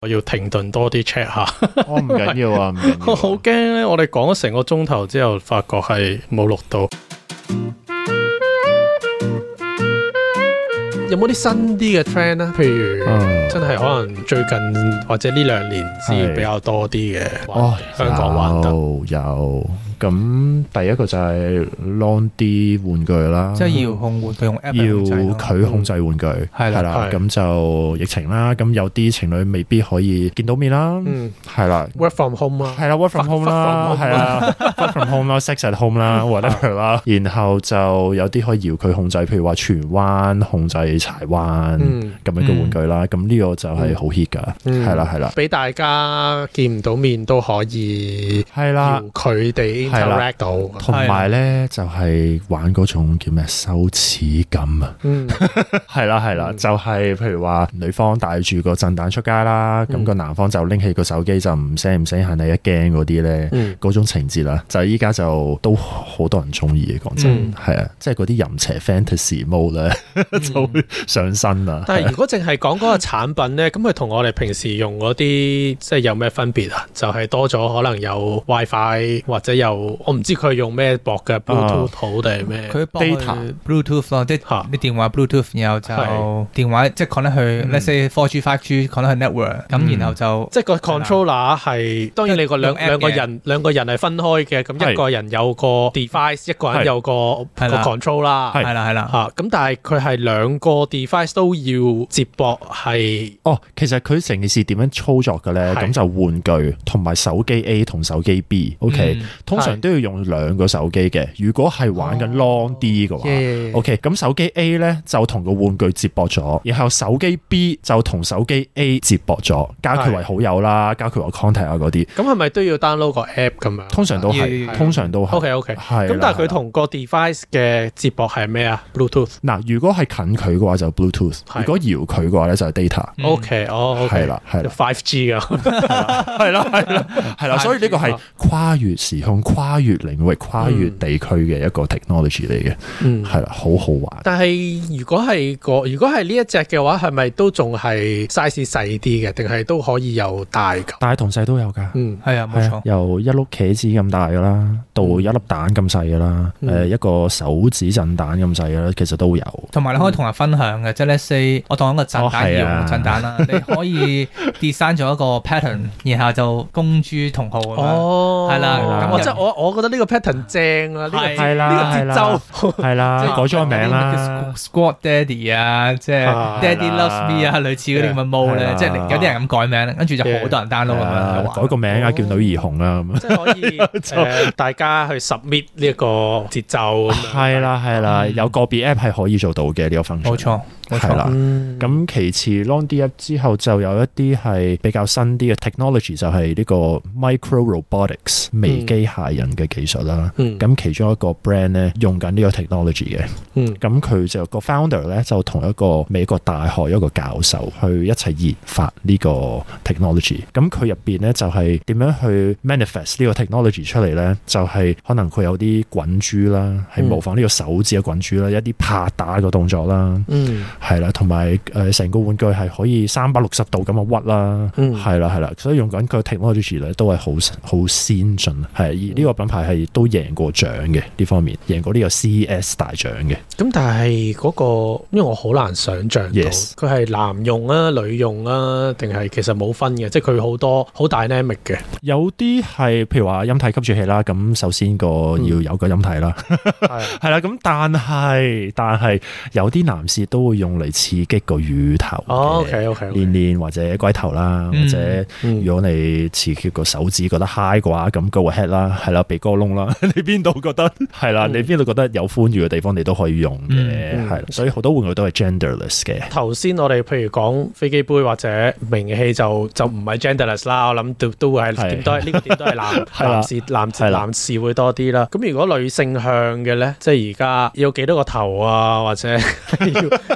我要停頓多啲 check 下。我唔緊要 啊，唔緊要我啊。好驚咧，我哋講咗成個鐘頭之後，發覺係冇錄到。有冇啲新啲嘅 trend 咧？譬如、嗯真係可能最近或者呢兩年先係比較多啲嘅。哦，香港玩得有有。咁第一個就係 long 啲玩具啦，即係遙控玩具用 app 要嚟控制啊咯佢啊控制玩具，係啦係啦。係咁就疫情啦，咁有啲情侶未必可以見到面啦，嗯係啦。 ，work from home 啊，係啦，work from Fuck- home fuck 啦， from 啊係啦，work from home 啦，sex at home 啦，whatever 啦，然後就有啲可以搖佢控制，譬如話荃灣控制柴灣嗯咁樣嘅玩具啦，咁呢個就係好 hit 噶，嗯係啦係啦，俾大家見唔到面都可以係啦要。佢哋啊係啊啦 interact 到。同埋咧，就係玩嗰種叫咩羞恥感啊！嗯嗯， 係啦係啦，就係譬如話女方帶住個震彈出街啦，咁嗯個男方就拎起個手機就唔聲唔聲嚇你一驚嗰啲咧嗯，嗰種情節啦，就依家就都好多人中意嘅，講真嗯係啊，即係嗰啲淫邪 fantasy mode 咧 就會上身啊 啦。但係如果淨係講嗰個產品咧，咁佢同我哋平時用嗰啲即係有咩分別啊？就係、多咗可能有 WiFi 或者有我唔知佢用咩駁嘅 Bluetooth 好定係咩？佢幫 Data 佢 Bluetooth 咯，即嚇係你電話 Bluetooth，然後係就電話即係 connect 去嗯，let's say four G、five G connect 去 network，嗯咁然後就即係個 controller 係當然你個兩用 app 嘅兩個人兩個人係分開嘅，咁係一個人有個 device，一個人係有個係個啦 control 啦。係係啦係啦，嚇咁，但係佢係兩個 device 都要接駁，係哦，其實佢成件事點樣操作嘅咧？係咁就玩具同埋手機 A 同手機 B，OK，、嗯通常係都要用兩個手機嘅。如果係玩緊 long 啲嘅話。耶 O.K. 咁手機 A 咧就同個玩具接駁咗，然後手機 B 就同手機 A 接駁咗，加佢為好友啦，加佢為 contact 啊嗰啲，咁係咪都要 download 個 app 咁樣？通常都要要係，要通常都係。 OK OK，係啦咁但係係啦佢同個 device 嘅接駁係咩啊？Bluetooth。嗱，如果係近距嘅話就 Bluetooth，係如果遙距嘅話咧就係 data。嗯 OK，哦，OK，係啦，係啦， ，Five G 啊，係啦，係啦，係啦，所以呢個係跨越時空、跨越領域、跨越地區嘅一個 technology 嚟嘅，嗯係啦，好好玩。但係如果係個，如果係呢一隻嘅話，係咪都仲係 size 細啲嘅，定係都可以有大㗎？大同細都有㗎。嗯，係啊冇係啊錯，由一碌茄子咁大噶啦，到一粒蛋咁細噶啦，誒、嗯一個手指震蛋咁細噶啦，其實都有。同埋你可以同人分享嘅，即係 let's say 我當一個震哦彈係啊搖震彈 啦，你可以 design 咗一個 pattern，然後就公諸同好咁樣。哦，係啦咁咁我又真係我我覺得呢個 pattern 正啊，呢個係節呢個節奏，係啦，改咗個名啦， ，Squad Daddy 啊，即係啊 Daddy Loves Me 啊，類似嗰啲咁嘅 mode 係咧啦，即係你有啲人咁改名，跟住就好多人 download 咁樣係啊改個名啊，叫女兒紅啊咁樣。即係可以 誒大家去 submit 呢一個節奏咁樣。係啦係啦，嗯有個別 app 係可以做到嘅呢個 function。冇錯，冇係錯。啦。嗯，咁其次 long D app 之後就有一啲係比較新啲嘅 technology，就係呢個 micro robotics 微機械人嘅技術啦。嗯咁其中一個 brand 咧用緊呢個 technology 嘅。嗯咁佢就個 founder 咧就同一個美國大學一個教授去一齊研發呢個 technology。咁佢入邊咧就係、點樣去 manifest 呢個 technology 出嚟咧？就係、可能佢有啲滾珠啦，係模仿呢個手指嘅滾珠啦，一啲拍打嘅動作啦。嗯係啦，同埋誒成個玩具係可以三百六十度咁樣屈啦，嗯係啦係啦，所以用緊佢 technology 咧都係好好先進，係而呢個品牌係都贏過獎嘅呢方面，贏過呢個 CES 大獎嘅。咁但係嗰、個，因為我好難想像到 Yes 佢係男用啊、女用啊，定係其實冇分嘅，即係佢好多好 dynamic 嘅。有啲係譬如話音體吸住器啦，咁首先個要有個音體啦，嗯係 係啦、咁但係但係有啲男士都會用嚟刺激個乳頭嘅，哦，OK OK，練練或者龜頭啦，嗯或者如果你刺激個手指覺得 high 嘅話，咁 go ahead 啦，係啦，鼻哥窿啦， 你邊度覺得係啦，嗯你邊度覺得有寬裕嘅地方，你都可以用嘅，嗯係啦，所以好多玩具都係 genderless 嘅。 頭先我哋譬如講飛機杯或者名氣就就唔係 genderless 啦，我諗都都會係係點都係呢個點都係男係啦男士男士係啦男士會多啲啦。 咁如果女性向嘅咧，即係而家要幾多個頭啊，或者要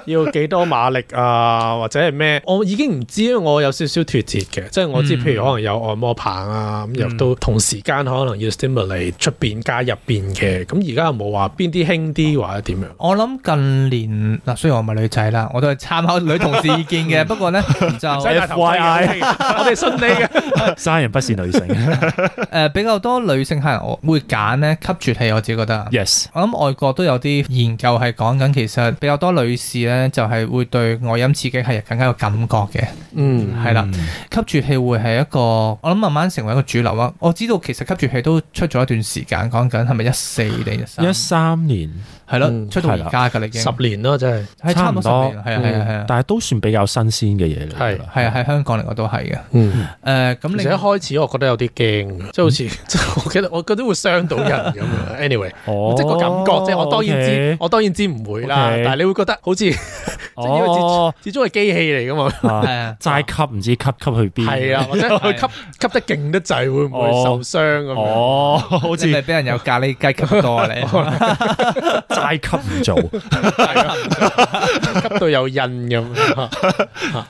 要要幾多馬力啊，或者係咩？我已經唔知，因為我有少少脱節嘅，即係我知，嗯譬如可能有按摩棒啊，咁又都同時間可能要 stimulate 出邊加入邊嘅，咁而家又冇話邊啲輕啲或者點樣。我諗近年嗱，雖然我唔係女仔啦，我都係參考女同事意見 嘅。不過咧就唔使戴頭盔嘅 我哋信你嘅。生人不是 女性誒呃比較多女性客人我會揀咧吸啜器，我自己覺得。 ，yes，我諗外國都有啲研究係講緊，其實比較多女士咧就係會對外音刺激係更加有感覺嘅，嗯係啦。吸啜器會係一個，我諗慢慢成為一個主流啊！我知道其實吸啜器都出咗一段時間，講緊係咪一四定一三？一三年，係咯，嗯出到而家㗎啦已經十，年咯，真係。係差唔多十年啦，係啊係啊係嗯啊，但係都算比較新鮮嘅嘢嚟㗎啦，係啊喺香港嚟我都係嘅。嗯，誒呃咁而你且一開始我覺得有啲驚，即係好似 即係我覺得我覺得會傷到人咁樣。Anyway，哦即係個感覺啫。我當然知，我當然知唔會啦。 OK 但係你會覺得好似 始 OK，因為哦，終係機器嚟噶 嘛。啊係啊齋吸唔知吸吸去邊，係啊，或者佢吸吸得勁得滯，會唔會受傷咁 樣？哦，好似你咪俾人有咖喱雞吸多啊你，齋 吸唔做，啊吸到有印咁。啊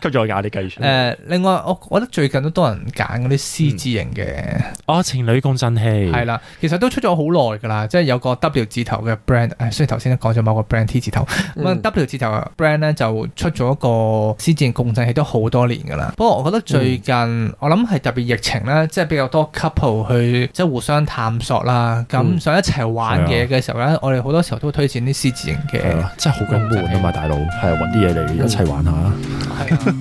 吸咗壓力計出嚟。 誒另外我我覺得最近都多人揀嗰啲 C 字型嘅。哦，情侶共振器係啦，其實都出咗好耐㗎啦，即係有個 W 字頭嘅 brand，誒，雖然頭先都講咗某個 brand T 字頭，咁啊嗯 W 字頭嘅 brand 咧就出咗一個施戰共振器都好多年㗎啦。不過我覺得最近、我諗係特別疫情咧，即係比較多 couple 去即係互相探索啦，咁嗯想一齊玩嘢嘅時候咧，我哋好多時候都會推薦啲施字型嘅。係啊真係好鬼悶啊嘛，大佬係啊揾啲嘢嚟一齊玩下。係啊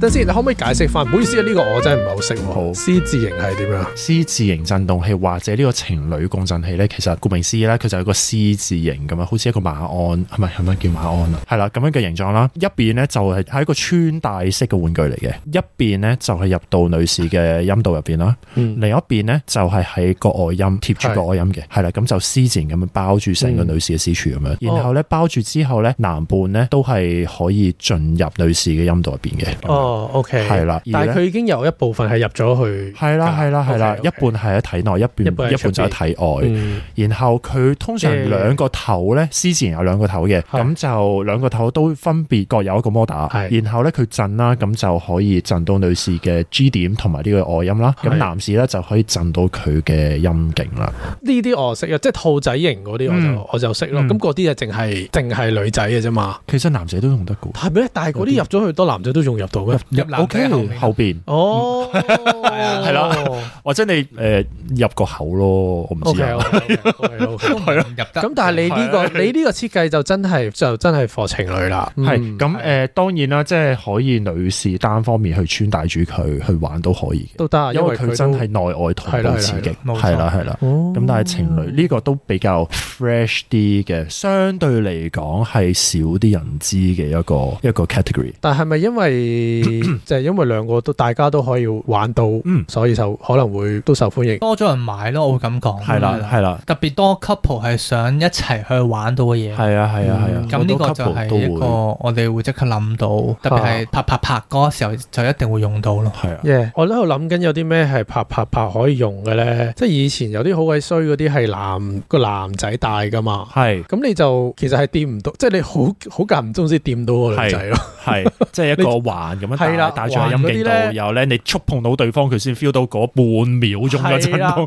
等先，你可唔可以解釋翻？唔好意思啊，呢個我真係唔係好識好喎。C 字形係點樣？ C 字型震動器或者呢個情侶共振器咧，其實顧名思義咧，佢就有個 C 字形咁樣，啊好似一個馬鞍，係咪係咪叫馬鞍啊？係啦，咁樣嘅形狀啦。一邊咧就係係一個穿戴式嘅玩具嚟嘅，一邊咧就係入到女士嘅陰道入邊啦，嗯另一邊咧就係喺個外陰貼住個外陰嘅，係啦，咁就 C 字形咁樣包住成個女士嘅私處咁樣，然後咧包住之後咧，男伴咧都係可以進入女士嘅陰道入邊嘅。哦，OK，係啦而但係咧佢已經有一部分係入咗去，係啦，係啦，係啦，一半係喺體內，一一半半喺一半就出邊喺體外。嗯然後佢通常誒兩個頭咧，獅子有兩個頭嘅，係咁就兩個頭都分別各有一個摩打，係然後咧佢震啦，咁就可以震到女士嘅 G 點同埋呢個外陰啦，咁係男士咧就可以震到佢嘅陰莖啦。呢啲我識啊，即係兔仔型嗰啲我就、嗯我就識咯。嗯咁嗰啲就淨係淨係女仔嘅啫嘛，其實男仔都用得嘅，係咩？但係嗰啲入咗去多男仔都仲入到咩？入男仔 OK，後面啊後邊哦，係 係啦，或者你誒入個口咯，我唔知啊。 ，OK，OK，OK，OK。都唔入得。咁但係啊你呢、個你呢個設計就真係就真係 for 情侶啦，嗯嗯係咁誒，當然啦，即係可以女士單方面去穿戴住佢去玩都可以嘅，都哦得，啊因為為佢真係內外同係啦係步啦刺激，係啦係啦係啦。咁咁但係情侶呢個都比較 fresh 啲嘅，相對嚟講係少啲人知嘅一個一個 category。但係咪因 為就係因為兩個都大家都可以玩到，嗯所以就可能會都受歡迎。多咗人買咯，我會咁講。嗯係啦，嗯係啦，特別多 couple 係想一齊去玩到嘅嘢。係啊，係啊，係啊嗯。咁呢個就係一個我哋會即刻諗到，特別啊係拍拍拍嗰個時候就一定會用到咯。係啊，耶！我喺度諗緊有啲咩係拍拍拍可以用嘅咧，即係以前有啲好鬼衰嗰啲係男個男仔戴噶嘛，係咁你就其實係掂唔到，即係你好好間唔中先掂到個女仔咯。 係，即係一個環咁樣係啦戴戴住喺環陰嗰啲呢莖度，然後咧你觸碰到對方，佢先 feel 到嗰半秒鐘嘅震係啦動。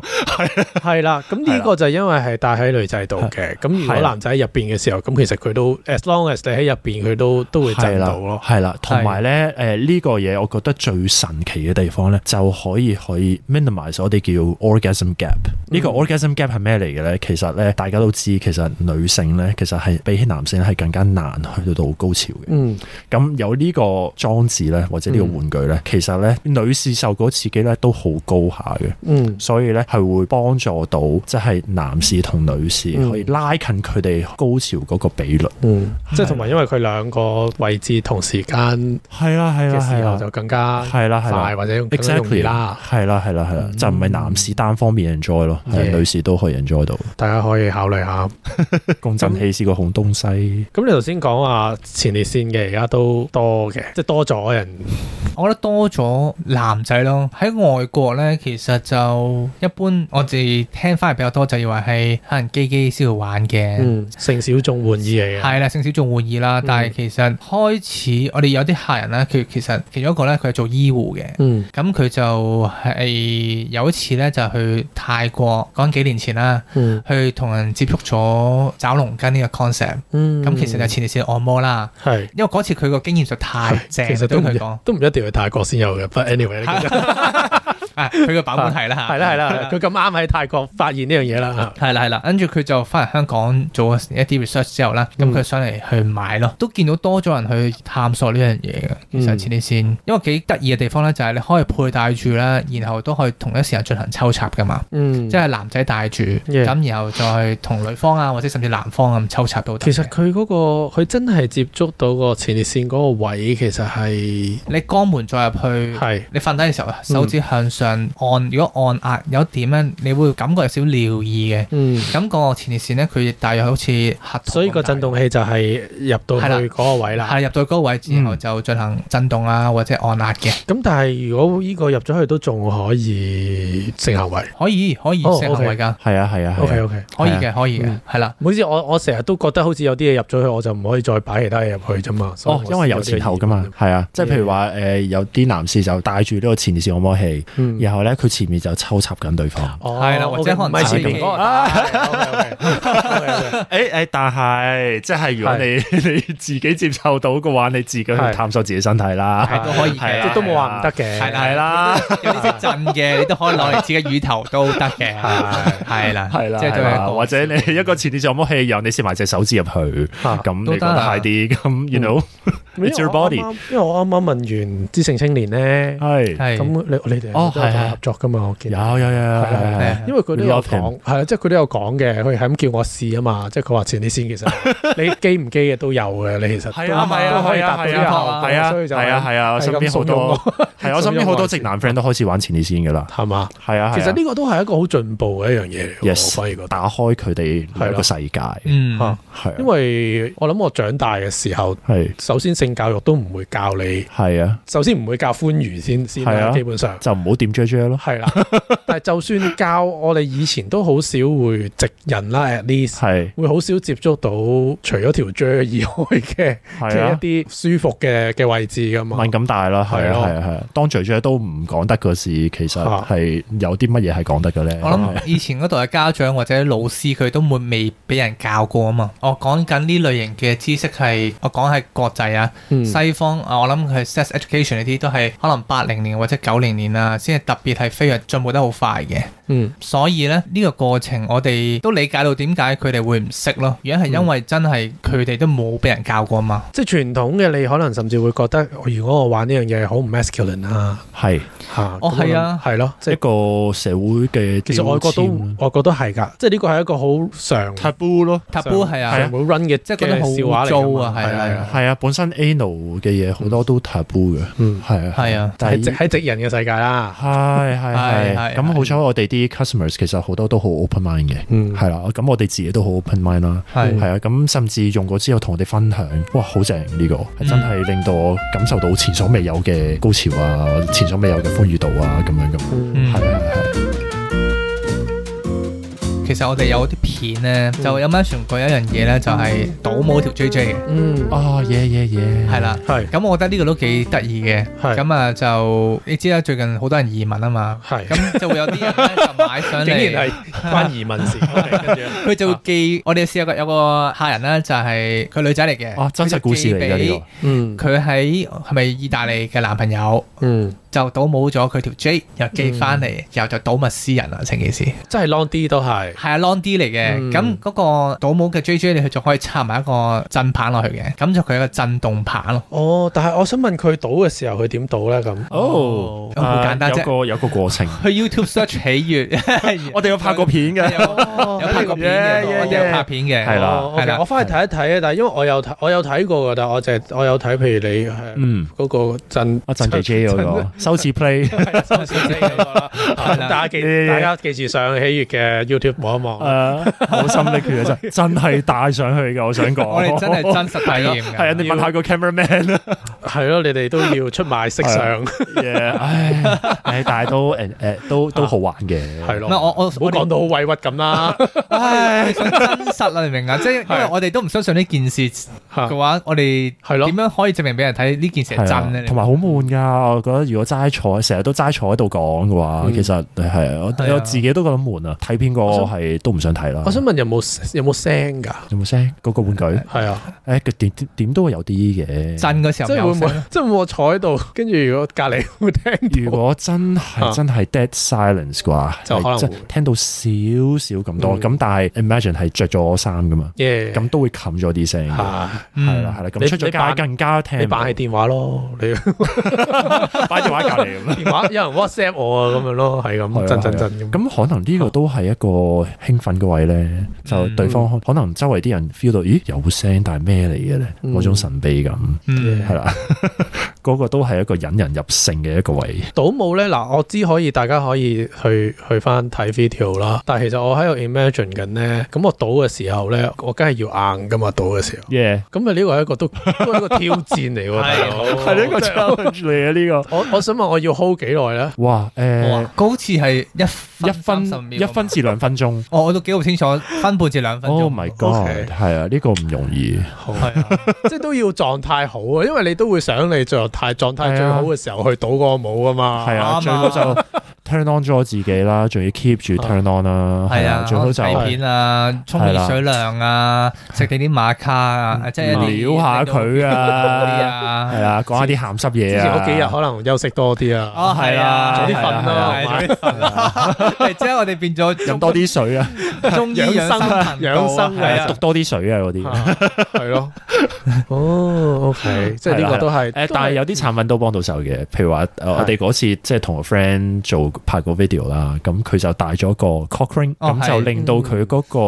係啦，咁呢個就因為係戴喺女仔度嘅，咁如係果啦男仔喺入邊嘅時候，咁其實佢都 as long as 你喺入邊，佢都都會震到咯。係啦，同埋咧，誒呢個嘢，我覺得最神奇嘅地方咧，就可以可以 minimize 我哋叫 orgasm gap。呢個 orgasm gap 係咩嚟嘅咧？其實咧，大家都知，其實女性咧，其實係比起男性咧，係更加難去到高潮嘅。嗯，咁有呢個裝置咧，或者呢個玩具咧，其實咧，女士受嗰刺激咧都好高下嘅。嗯，所以咧係會幫助到，即係男士同女士嗯可以拉近佢哋高潮嗰個比率。嗯，即係同埋因為佢兩個位置同時間係啦，係啊嘅時候就更加係啦，係啦快。或者更加容易 exactly 啦。係啦嗯係啦係啦，就唔係男士單方面 enjoy 咯，係 Yeah 女士都可以 enjoy 到。大家可以考慮下。 共振器是個好東西，咁你頭先講話前列腺嘅而家都多嘅，即係多咗人人我覺得多咗男仔咯，喺外國咧，其實就一般我哋聽翻嚟比較多，就以為係可能基基先會玩嘅，嗯性小眾玩意嚟嘅，係啦、性小眾玩意啦。嗯但係其實開始我哋有啲客人咧，佢其實其中一個咧，佢係做醫護嘅。嗯咁佢就係有一次咧，就去泰國，講幾年前啦，嗯去同人接觸咗找龍筋呢個 concept。嗯，咁其實就前列腺按摩啦，係。因為嗰次佢個經驗就太正 啦，其實對都唔佢一講。都唔一定要泰國先有嘅，but anyway 呢個就啊，佢嘅版本係啦， 係啦係啦，佢咁啱喺泰國發現呢樣嘢啦，係啦係啦，跟住佢就翻嚟香港做一啲 research 之後啦，咁嗯佢上嚟去買咯，都見到多咗人去探索呢樣嘢嘅。其實嗯前列腺，因為幾得意嘅地方咧，就係你可以佩戴住啦，然後都可以同一時間進行抽插噶嘛，嗯即係男仔戴住， Yeah 咁然後再同女方啊，或者甚至男方咁抽插到。其實佢嗰、個佢真係接觸到個前列腺嗰個位，其實係你肛門再入去。係嗯你瞓低嘅時候，手指向上按，如果按壓有一點咧，你會感覺有少少尿意嘅。嗯，咁個前列腺咧，佢大約好似核桃所以個咁大震動器就係入到係啦去嗰個位啦。係入到嗰個位之後就進行震動啊，或者按壓嘅，咁但係如果呢個入咗去都仲可以性行為。可以可以哦性行為㗎，係啊係啊係 OK 啊 OK，可以嘅，可以嘅嗯，係啦。每次我我成日都覺得好似有啲嘢入咗去，我就唔可以再擺其他嘢入去啫嘛。所以哦我，因為有前後噶嘛，係啊，即係譬如話誒，有啲男士就帶住呢個前列腺按摩器，嗯，然後咧佢前面就抽插緊對方。哦係啦或者 OK，可能唔係前面嗰個打打。 誒誒，但係即係如果你你 自己接受到嘅話，你自己去係探索自己身體啦，係都可以嘅係啊即係都冇話唔得嘅。係啦係啊啦，有啲識震嘅，你都可以攞嚟自己乳頭都得嘅，係係啦，係啦，即係係對啦佢或者你一個前列腺按摩器，然後你攝埋隻手指入去，啊咁你都覺得得啊快啲，咁 you know 因為 It's your 我 body 啱啱因為我啱啱問完知性青年嗯咧，係係咁你你哋哦都有係係同合作噶嘛？我見有有有有係有啊有。係因為佢都有 We love him 講，係啊，即係佢都有講嘅，佢係咁叫我試啊嘛，即係佢話前列腺其實你基唔基嘅都有嘅，你其實係啊，係啊，都可以係達到啊，係呢個效啊，果係啊，所以就係啊，係啊，我係身咁邊好多慫恿 係啊我身邊好多直男 friend 都開始玩前列腺噶啦，係嘛？係啊，其實實呢個都係一個好進步嘅一樣嘢嚟嘅 Yes 我反而覺得。打開佢哋係兩啦個世界，嗯啊係因因為為我諗我長大嘅時候，係首先性教育都唔會教你，係啊，首先唔會教歡愉先先係啦，啊基本 上。就唔好掂 J J 咯，係啦，但係就算教我哋以前都好少會直人啦，at least 係會好少接觸到除咗條 j 以外嘅 係嘅。啊一啲舒服嘅嘅位置噶嘛敏。感大啦，係係啊，咯啊係啊，係啊。當 J J 都唔講得嘅事，其實嚇係有啲乜嘢係講得嘅咧？我諗以前嗰度嘅家長或者老師佢都會未俾人教過啊嘛。我講緊呢類型嘅知識係我講係國際啊，嗯西方啊，我諗佢 sex education 呢啲都係可能八零年或者九零年啊，先係特別係飛躍進步得好快嘅。嗯所以咧呢個過程，我哋都理解到點解佢哋會唔識咯。原因係因為真係佢哋都冇俾人教過嘛。即係傳統嘅，你可能甚至會覺得，哦如果我玩呢樣嘢好唔 masculine 啊，係嚇哦咁係啊我諗係咯，即一係個社會嘅啊其實外國都外國都係㗎，即係呢個啊係一啊個好常 taboo 咯， taboo 係啊常，會 run 嘅，即係覺得好嘅笑話嚟㗎污糟嘛啊係啊係啊係啊，本身 anal 嘅嘢好多都 taboo 嘅，嗯，係啊，係啊，但喺係直喺直人嘅世界啦，係係係係係，咁好彩我哋啲 customers 其實好多都好 open mind 嘅，嗯係啦，咁我哋自己都好 open mind 啦，係係啊，咁甚至用過之後同我哋分享，哇，好正呢個，係真嗯係令到我感受到前所未有嘅高潮啊，前所未有嘅歡愉度啊，咁樣咁，嗯嗯係啊係啊其實我哋有啲片咧，就有 mention 過一樣嘢咧，就係倒冇條 JJ 嘅，嗯，啊耶耶耶，係啦。係咁我覺得呢個都幾得意嘅。係咁啊就你知啦，最近好多人移民啊嘛，係咁就會有啲人咧就 買上竟然嚟，係 關移民事，跟住佢就會寄。我哋試有個有個客人咧，就係佢女仔嚟嘅，啊真實故事嚟㗎呢嗯個。佢喺係咪意大利嘅男朋友嗯，就倒冇咗佢條 J，又寄嗯翻嚟，然後就倒物私人啦，啊成件事係真係 long 啲都係，啊 long D 嚟嘅。嗯咁嗰個倒模嘅 JJ，你佢仲可以插埋一個震棒落去嘅，咁就佢有個震動棒咯。哦，但係我想問佢賭嘅時候，佢點賭咧？咁哦，好簡單啫有個有個過 程，去 YouTube search 喜悦， 我哋有拍過片嘅，啊啊有有拍過片嘅， Yeah, yeah, 我哋有拍片嘅，係啦哦，OK，係啦我翻去睇一睇啊！但係因為我有睇，我有睇過噶，但係我就係我有睇，譬如你係嗯，呃嗰個震阿陣 J J 嗰個收次 play 係啦收視率嗰個啦啊咁大家記大家記住上喜悦嘅 YouTube 望一望。誒，好心力血啊，真 真係帶上去嘅，我想講，我哋真係真實體驗㗎係啊，你問下個 cameraman 啊啦。係咯，你哋都要出賣色相， Yeah，唉，唉但係都誒誒，都都好玩嘅。係咯。唔係我我啊唔好講到好委屈咁啦。唉，想真實啦，你明啊？即係因為我哋都唔相信呢件事嘅話，我哋係咯點樣可以證明俾人睇呢件事係真啊咧？啊同埋好悶噶，我覺得如果齋坐，成日都齋坐喺度講嘅話，嗯其實係啊係啊我我自己都覺得悶啊。睇片個我想係都唔想睇啦。我想問有冇有冇聲㗎？有冇聲？嗰個玩具，係啊，誒，佢點點點都會有啲嘅。震嘅即時係候會有唔會啊聲，即係會唔會我坐喺度，跟住如果隔離會聽 如到，果真係啊真係 dead silence 啩，就可能係即係會聽到少少咁多，嗯咁但係 imagine 係着咗衫噶嘛，耶咁都會冚咗啲聲嘅，係嚇嗯嗯啦係啦，你咁出你咗扮街更加聽你唔到， 扮係電話咯， 你擺電話隔離咁。電話有人 WhatsApp 我啊，咁樣咯，係係咁啊震震震咁。咁可能呢個都係一個興奮嘅位咧，就嗯對方可能周圍啲人 feel 到，咦有聲，但係咩嚟嘅咧？嗯嗰種神秘感嗯係啦， 嗰個都係一個引人入勝嘅一個位。倒舞咧，嗱，我知可以，大家可以去去翻睇 video 啦。但係其實我喺度 imagine 緊咧，咁我倒嘅時候咧，我梗係要硬噶嘛，倒嘅時候。耶，咁啊，呢個係一個都 都係一個挑戰嚟喎，大佬。係呢個即哦係 challenge 嚟嘅呢我我想問我要 hold 幾耐咧？個。哇，誒啊哇，佢好似係一一分30分秒一分至兩分鐘。我我都幾好清楚，分半至兩分 Oh 鐘。 my OK god！係啊，呢個唔容易。係啊， 即係都要狀態好啊，因為你都會想你狀態狀態最好嘅時候去倒個舞啊嘛。係啊，啱最好 就 turn on 咗自己啦，仲要 keep 住 turn on 啦。啊係係啊，啊，最好就睇片啊，沖熱水涼啊，食定啲馬卡啊，即係一啲撩下佢啊。啊，係啊，講下啲鹹濕嘢之啊。前嗰幾日可能休息多啲啊。哦係啊，早啲瞓啦係啊係啊早啲瞓啦。 係即係我哋變咗 飲多啲水啊，中醫養生頻道養生係啊讀多啲水啊嗰啲。係 咯，哦，OK，即係呢個都係嗯誒，但係有啲產品都幫到手嘅，譬如話誒我哋嗰次即係同個 friend 做拍個 video 啦，咁佢就帶咗個 cock ring，哦咁係就令到嗯佢嗰個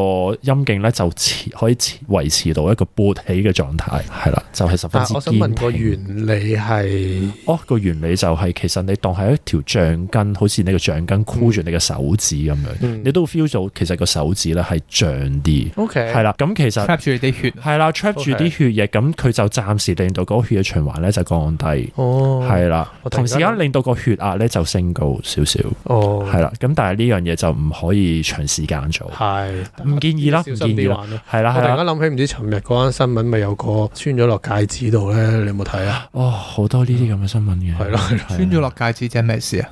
陰莖咧就持可以持維持到一個勃起嘅狀態，係啦，就係十分但啊係之我堅想問個挺。原理係哦，個原理就係其實你當係一條橡筋，好似你個橡筋箍住你嘅手指咁樣嗯，你都 feel 到其實個手指咧係脹啲， OK，係啦，咁其啊實。 trap 住你啲血。啊係啦，trap 住啲血液，咁佢就暫時令到嗰個血液循環咧就降低，哦，係啦我，突然同時間間令到個血壓咧就升高少少，哦，係啦，咁但係呢樣嘢就唔可以長時間做，係唔建議啦，唔小建心議啲啦，玩咯。係啦我係啊突然間啦，諗起唔知尋日嗰單新聞咪有個穿咗落戒指度咧，你有冇睇 啊？哦，好多呢啲咁嘅新聞嘅，啊係咯係咯啊穿咗落戒指即係 咩事啊？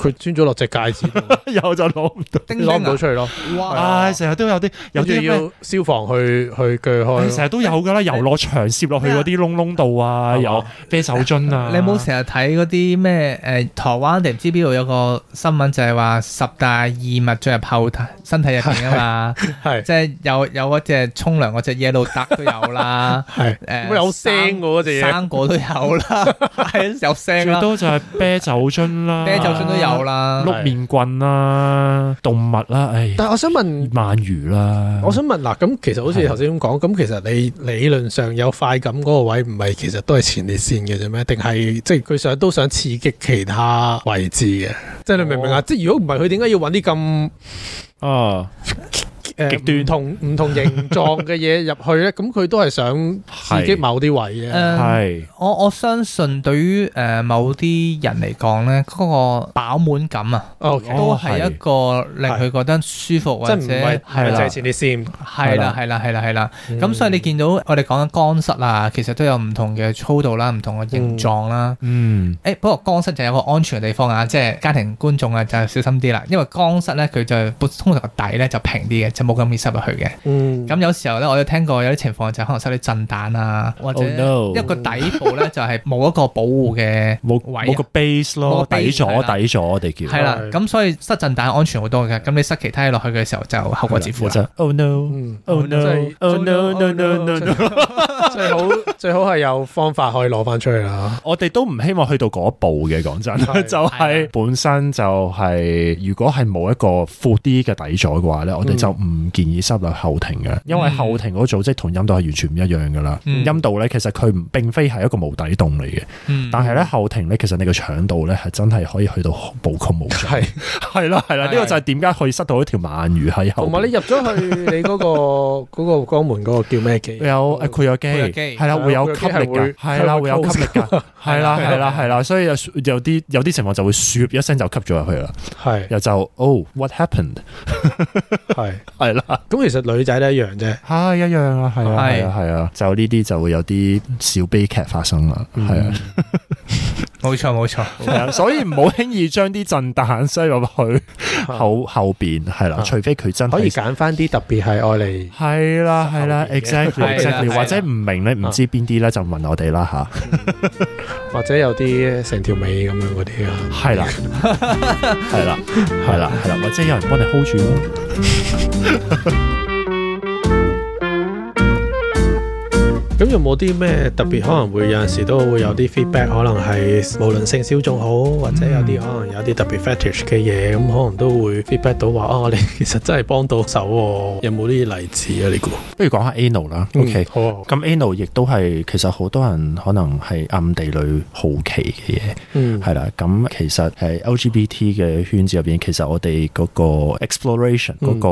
佢穿咗落隻戒指 度，有就攞唔到，叮攞唔到叮出嚟咯。啊！唉，成日都有啲有跟住啲咩要消防去去鋸唉開成日都有噶啦，遊樂場攝落去嗰啲窿窿度啊，係嘛有啤酒樽 啊，你有冇成日睇嗰啲咩？誒，台灣定唔知邊度有個新聞就係話十大異物進入後體身體入邊啊嘛，係，即係有有嗰隻沖涼嗰只 yellow duck 都有啦 係誒咁有聲嘅喎嗰隻嘢生果都有 啦，係最有聲啦，多就係啤酒樽啦，啤酒樽都有啦，碌面棍啦，動物啦，唉，但係我想問，鰻魚啦，我想問嗱，咁其實好似頭先咁講，咁其實你理論上有快感嗰個位，唔係其實都係前列腺嘅啫咩？定係即係佢想都想刺激其他位置嘅？即係你明唔明啊？即係如果唔係，佢點解要揾啲咁啊，誒極唔端同唔同形狀嘅嘢入去咧？咁佢都係想刺激係某啲位嘅。誒係我我相信對於誒、呃某啲人嚟講咧，嗰、個飽滿感啊， O K，哦都係一個令佢覺得舒服即或係唔者係係就係啦。前列腺。係啦，係啦，係啦，係啦。嗯咁所以你見到我哋講緊肛室啊，其實都有唔同嘅粗度啦，唔同嘅形狀啦。嗯。誒、不過肛室就有個安全嘅地方啊，即係家庭觀眾啊，就小心啲啦。因為肛室咧，佢就通常個底咧就平啲嘅，就冇咁易塞入去嘅。嗯咁有時候咧，我有聽過有啲情況就係可能收啲震蛋啊，或者 Oh no 一個底部咧就係冇一個保護嘅冇位啊冇個 base 咯，冇個 base，底咗係啦底咗，我哋叫係啦係，咁所以塞震蛋安全好多嘅，咁你塞其他嘢落去嘅時候就後果自負就啦。 Oh no 嗯 Oh 真 no 係 Oh no no no no no，最好最好係有方法可以攞翻出去啦。我哋都唔希望去到嗰一步嘅，講真，係 就係啊係本身就係如果係冇一個闊啲嘅底咗嘅話咧，我哋就唔唔建議收入後庭嘅，因為嗯後庭嗰個組織同陰道係完全唔一樣噶啦。嗯陰道咧其實佢唔並非係一個無底洞嚟嘅，嗯但係咧後庭咧其實你個腸道咧係真係可以去到無窮無盡。係係啦係啦，呢個就係點解可以塞到一條鰻魚喺後同面。埋你入咗去你嗰個嗰個肛門嗰個叫咩機？有誒佢有機，佢有機係啦，係啊啊會有佢有吸機力係㗎，會係啦，係會會有吸力 㗎，係啦，係啦係啊啦，係啦，所以有有啲有啲情況就會唰一聲就吸咗入去啦，係又就哦 what happened 係。係啦，咁其實女仔都一樣啫。係一樣啊，係啊，係係啊，係啊，就呢啲就會有啲小悲劇發生啦，係啊，冇錯冇錯，係啊，所以唔好輕易將啲震彈塞入 去後後邊係啦，啊除非佢真可以係。揀翻啲特別係愛嚟。係啦，係啦後邊嘅，exactly 係啦 exactly，係啦或者唔明咧，唔知邊啲咧，就問我哋啦吓。或者有啲成條尾咁樣嗰啲啊，系啦，系啦，系啦，系啦，或者有人幫你 hold 住咯。咁有冇啲咩特別可能會有陣時都會有啲 feedback，可能係無論性小眾好，或者有啲可能有啲特別 fetish 嘅嘢，咁可能都會 feedback 到話哦，你其實真係幫到手喎，有冇呢啲例子啊？你估不如講下 anal 啦，OK。好啊，咁 anal 亦都係其實好多人可能係暗地裏好奇嘅嘢，嗯，係啦。咁其實喺 LGBT 嘅圈子入邊，其實我哋嗰個 exploration 嗯嗰個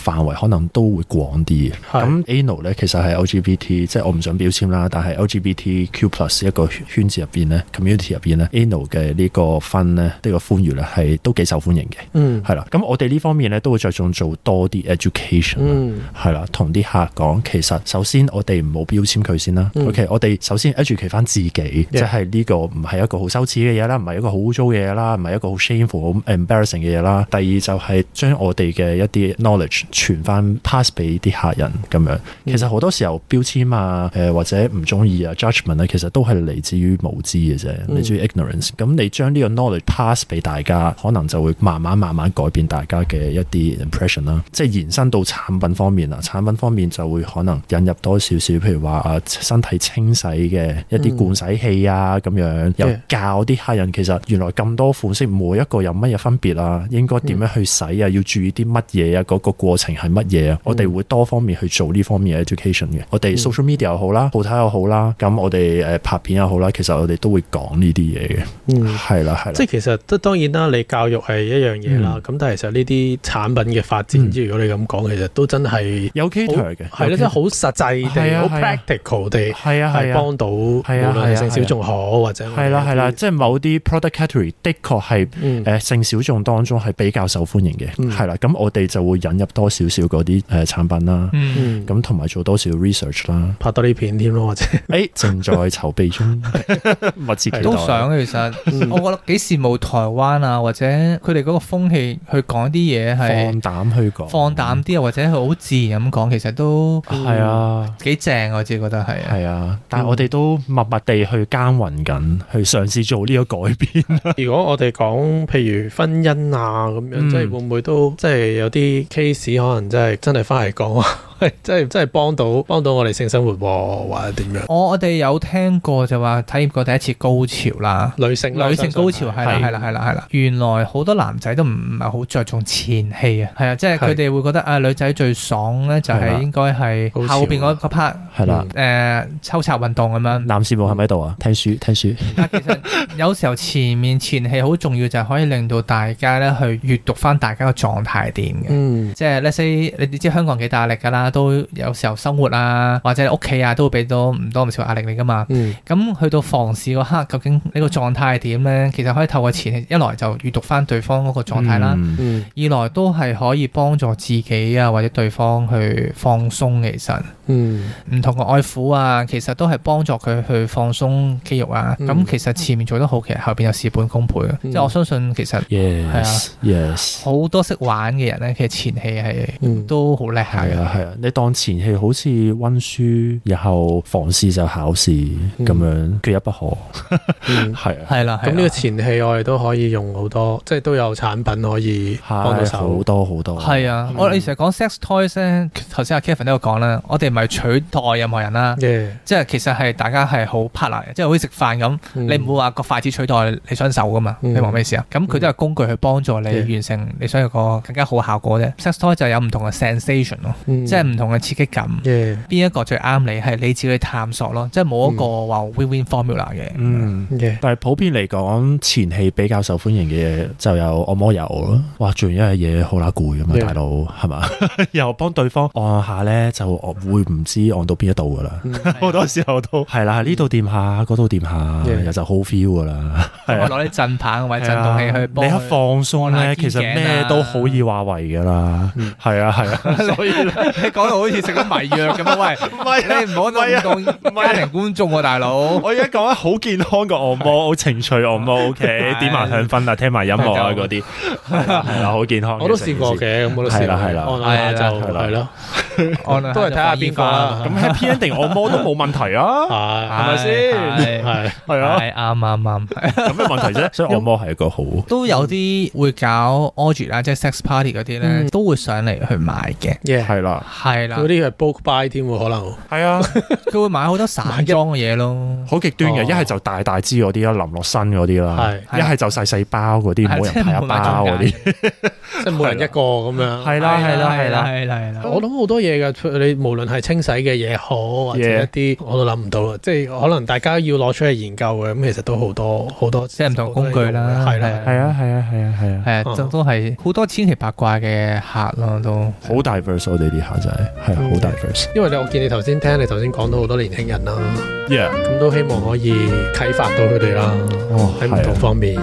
範圍可能都會廣啲嘅。係咁 anal 咧其實係 LGBT，即係我唔想標籤啦，但係 LGBTQ plus 一個圈子入邊咧，community 入邊咧，anal 嘅呢個分咧，呢個歡愉咧係都幾受歡迎嘅。嗯係啦，咁我哋呢方面咧都會着重做多啲 education 啦。嗯係啦，同啲客講，其實首先我哋唔好標籤佢先啦。嗯 OK，我哋首先 educate 翻自己，即係呢個唔係一個好羞恥嘅嘢啦，唔係一個好污糟嘅嘢啦，唔係一個好 shameful、好 embarrassing 嘅嘢啦。第二就係將我哋嘅一啲 knowledge 傳翻 pass 俾啲客人咁樣。其嗯實好多時候標籤啊，誒、或者唔中意啊 judgment 咧，其實都係嚟自於無知嘅啫，嗯嚟自於 ignorance。咁你將呢個 knowledge pass 俾大家，可能就會慢慢慢慢改變大家嘅一啲 impression 啦。即係延伸到產品方面啦，啊產品方面就會可能引入多少少，譬如話啊身體清洗嘅一啲嗯灌洗器啊咁樣，又 Yeah 教啲客人其實原來咁多款式，每一個有乜嘢分別啊，應該點樣去洗啊，嗯要注意啲乜嘢啊，嗰、個過程係乜嘢啊，我哋會多方面去做呢方面嘅 education 嘅。我嗯哋 social media 又好啦，鋪頭又好啦，咁我哋誒拍片又好啦，其實我哋都會講呢啲嘢嘅。嗯。係啦，係啦。即係嗯其實都當然啦，你教育係一樣嘢啦。咁、但係其實呢啲產品嘅發展，嗯之如果你咁講，其實都真係有 cater 嘅，係啦，有即係 cater 好實際係地、啊好係啊 practical 地係啊係係啊。幫到，無係啊論係性小眾好或者係啦，係啦，，即係某啲 product category 的確係嗯誒、性小眾當中係比較受歡迎嘅，嗯係啦、咁我哋就會引入多少少嗰啲誒產品啦，嗯，嗯，咁咁同埋做多少 research 啦。拍多啲片添咯，或者誒，正在籌備中， 密切期待。都想嘅其實，我覺得幾羨慕台灣啊，或者佢哋嗰個風氣去講啲嘢係放膽去講，放膽啲啊，或者佢好自然咁講，其實都係啊。幾正，我自己覺得係啊。係啊，但係我哋都默默地去耕耘緊，去嘗試做呢個改變。 如果我哋講譬如婚姻啊咁樣，嗯即係會唔會都即係有啲 case 可能真係真係翻嚟講話， 喂真係真係幫到幫到我哋性生活喎，或者點樣？我我哋有聽過就話體驗過第一次高潮啦。女性啦女性高潮係啦係啦係啦係啦，原來好多男仔都唔係好着重前戲啊，係啊，即係佢哋會覺得啊女仔最爽咧就係啦係啊應該係高潮後邊嗰個 part 係啦，誒抽插運動咁樣。嗯男士部喺咪喺度啊？聽書聽書，但其實有時候前面前戲好重要，就係可以令到大家咧去閱讀翻大家嘅狀態點嘅。嗯即係 let's say 你知香港幾大壓力㗎啦，都有時候生活啊，或者屋企啊，都會俾到唔多唔少壓力你㗎嘛。嗯咁去到房事嗰刻，究竟呢個狀態係點呢？其實可以透過前戲，一來就閱讀翻對方嗰個狀態啦，嗯嗯二來都係可以幫助自己啊或者對方去放鬆。其實嗯唔同嘅愛撫啊，其實都係幫助佢去放鬆肌肉啊。嗯咁、其實前面做得好，其實後邊有事半功倍嘅。嗯即係我相信其實啊 Yes, yes。好多識玩嘅人呢，其實前戲係嗯，都好叻下嘅係。啊係啊，你當前戲好似温書也後房試就考試嗯咁樣，缺一不可。嗯係啊，係啦，咁呢個前戲我哋都可以用好多，即係都有產品可以幫到係好手。多好多。系啊嗯，我哋成日講 sex toys 咧，頭先阿 Kevin 都有講啦，我哋唔係取代任何人啦，耶，即係其實係大家係好 partner 嘅，即係好似食飯咁，嗯你唔會話個筷子取代你雙手噶嘛，嗯你明我咩意思啊？咁佢都係工具去幫助你嗯完成你想有個更加好效果啫。sex toy 就有唔同嘅 sensation 咯，嗯即係唔同嘅刺激感。耶邊一個最啱你係你自己去探索咯，即係冇一個話 win-win formula 嘅。嗯。耶，但係普遍嚟講，前戲比較受歡迎嘅嘢就有按摩油咯。哇，做完一樣嘢好乸攰咁嘛，啊 Yeah. 大佬係嘛？ 又幫對方按下咧，就會唔知按到邊一度噶啦。嗯好多時候都啊嗯係啦，呢度掂下，嗰度掂下， Yeah. 又就好 feel 噶啦。係我啊攞啲震棒或者震動器去幫你佢一放鬆幫下咧，肩其實頸咩啊都好易話為噶啦嗯。係啊，係啊。 所以你講到好似食咗迷藥咁啊！喂，你唔好咁講家庭觀眾喎，大佬。 我而家講緊好健康嘅按摩，好情趣按摩，OK，點埋香薰啊，聽埋音樂啊嗰啲，係啦，啊好健康。我都試過。嘅，咁我都試係啦係啦過按下就係啦係咯，按兩下啊都係睇下邊個啦咁 happy ending 按摩都冇問題啊，就係咪先係係係啊，係啱啱啱，咁咩問題啫？所以按摩係一個好， 都有啲會搞 orgy 啦，即係 sex party 嗰啲咧嗯，都會上嚟去買嘅。耶，係啦，係啦嗰，啲係 book buy 添喎，可能係啊，佢會買好多散裝嘅嘢咯。好極端嘅，哦一係就大大支嗰啲啦，淋落身嗰啲啦，係一係就細細包嗰啲，冇人派一包嗰 啲，即係每人一個咁樣。係啦係啦係啦，係啦係啦。我諗好多嘢㗎，你無論係清洗嘅嘢好，或者 Yeah 一啲我都諗唔到啦。即係可能大家要攞出嚟研究嘅，咁其實都好多好多，即係唔同工具係啦係啦啊，係啊係啊係啊係啊，係啊，都都係好多千奇百怪嘅客咯，都好 diverse 我哋啲客仔係啊好嗯 diverse，因為你我見你頭先聽，你頭先講到好多年輕人啦， Yeah 咁都希望可以啟發到佢哋啦，哦喺唔係同啊方面。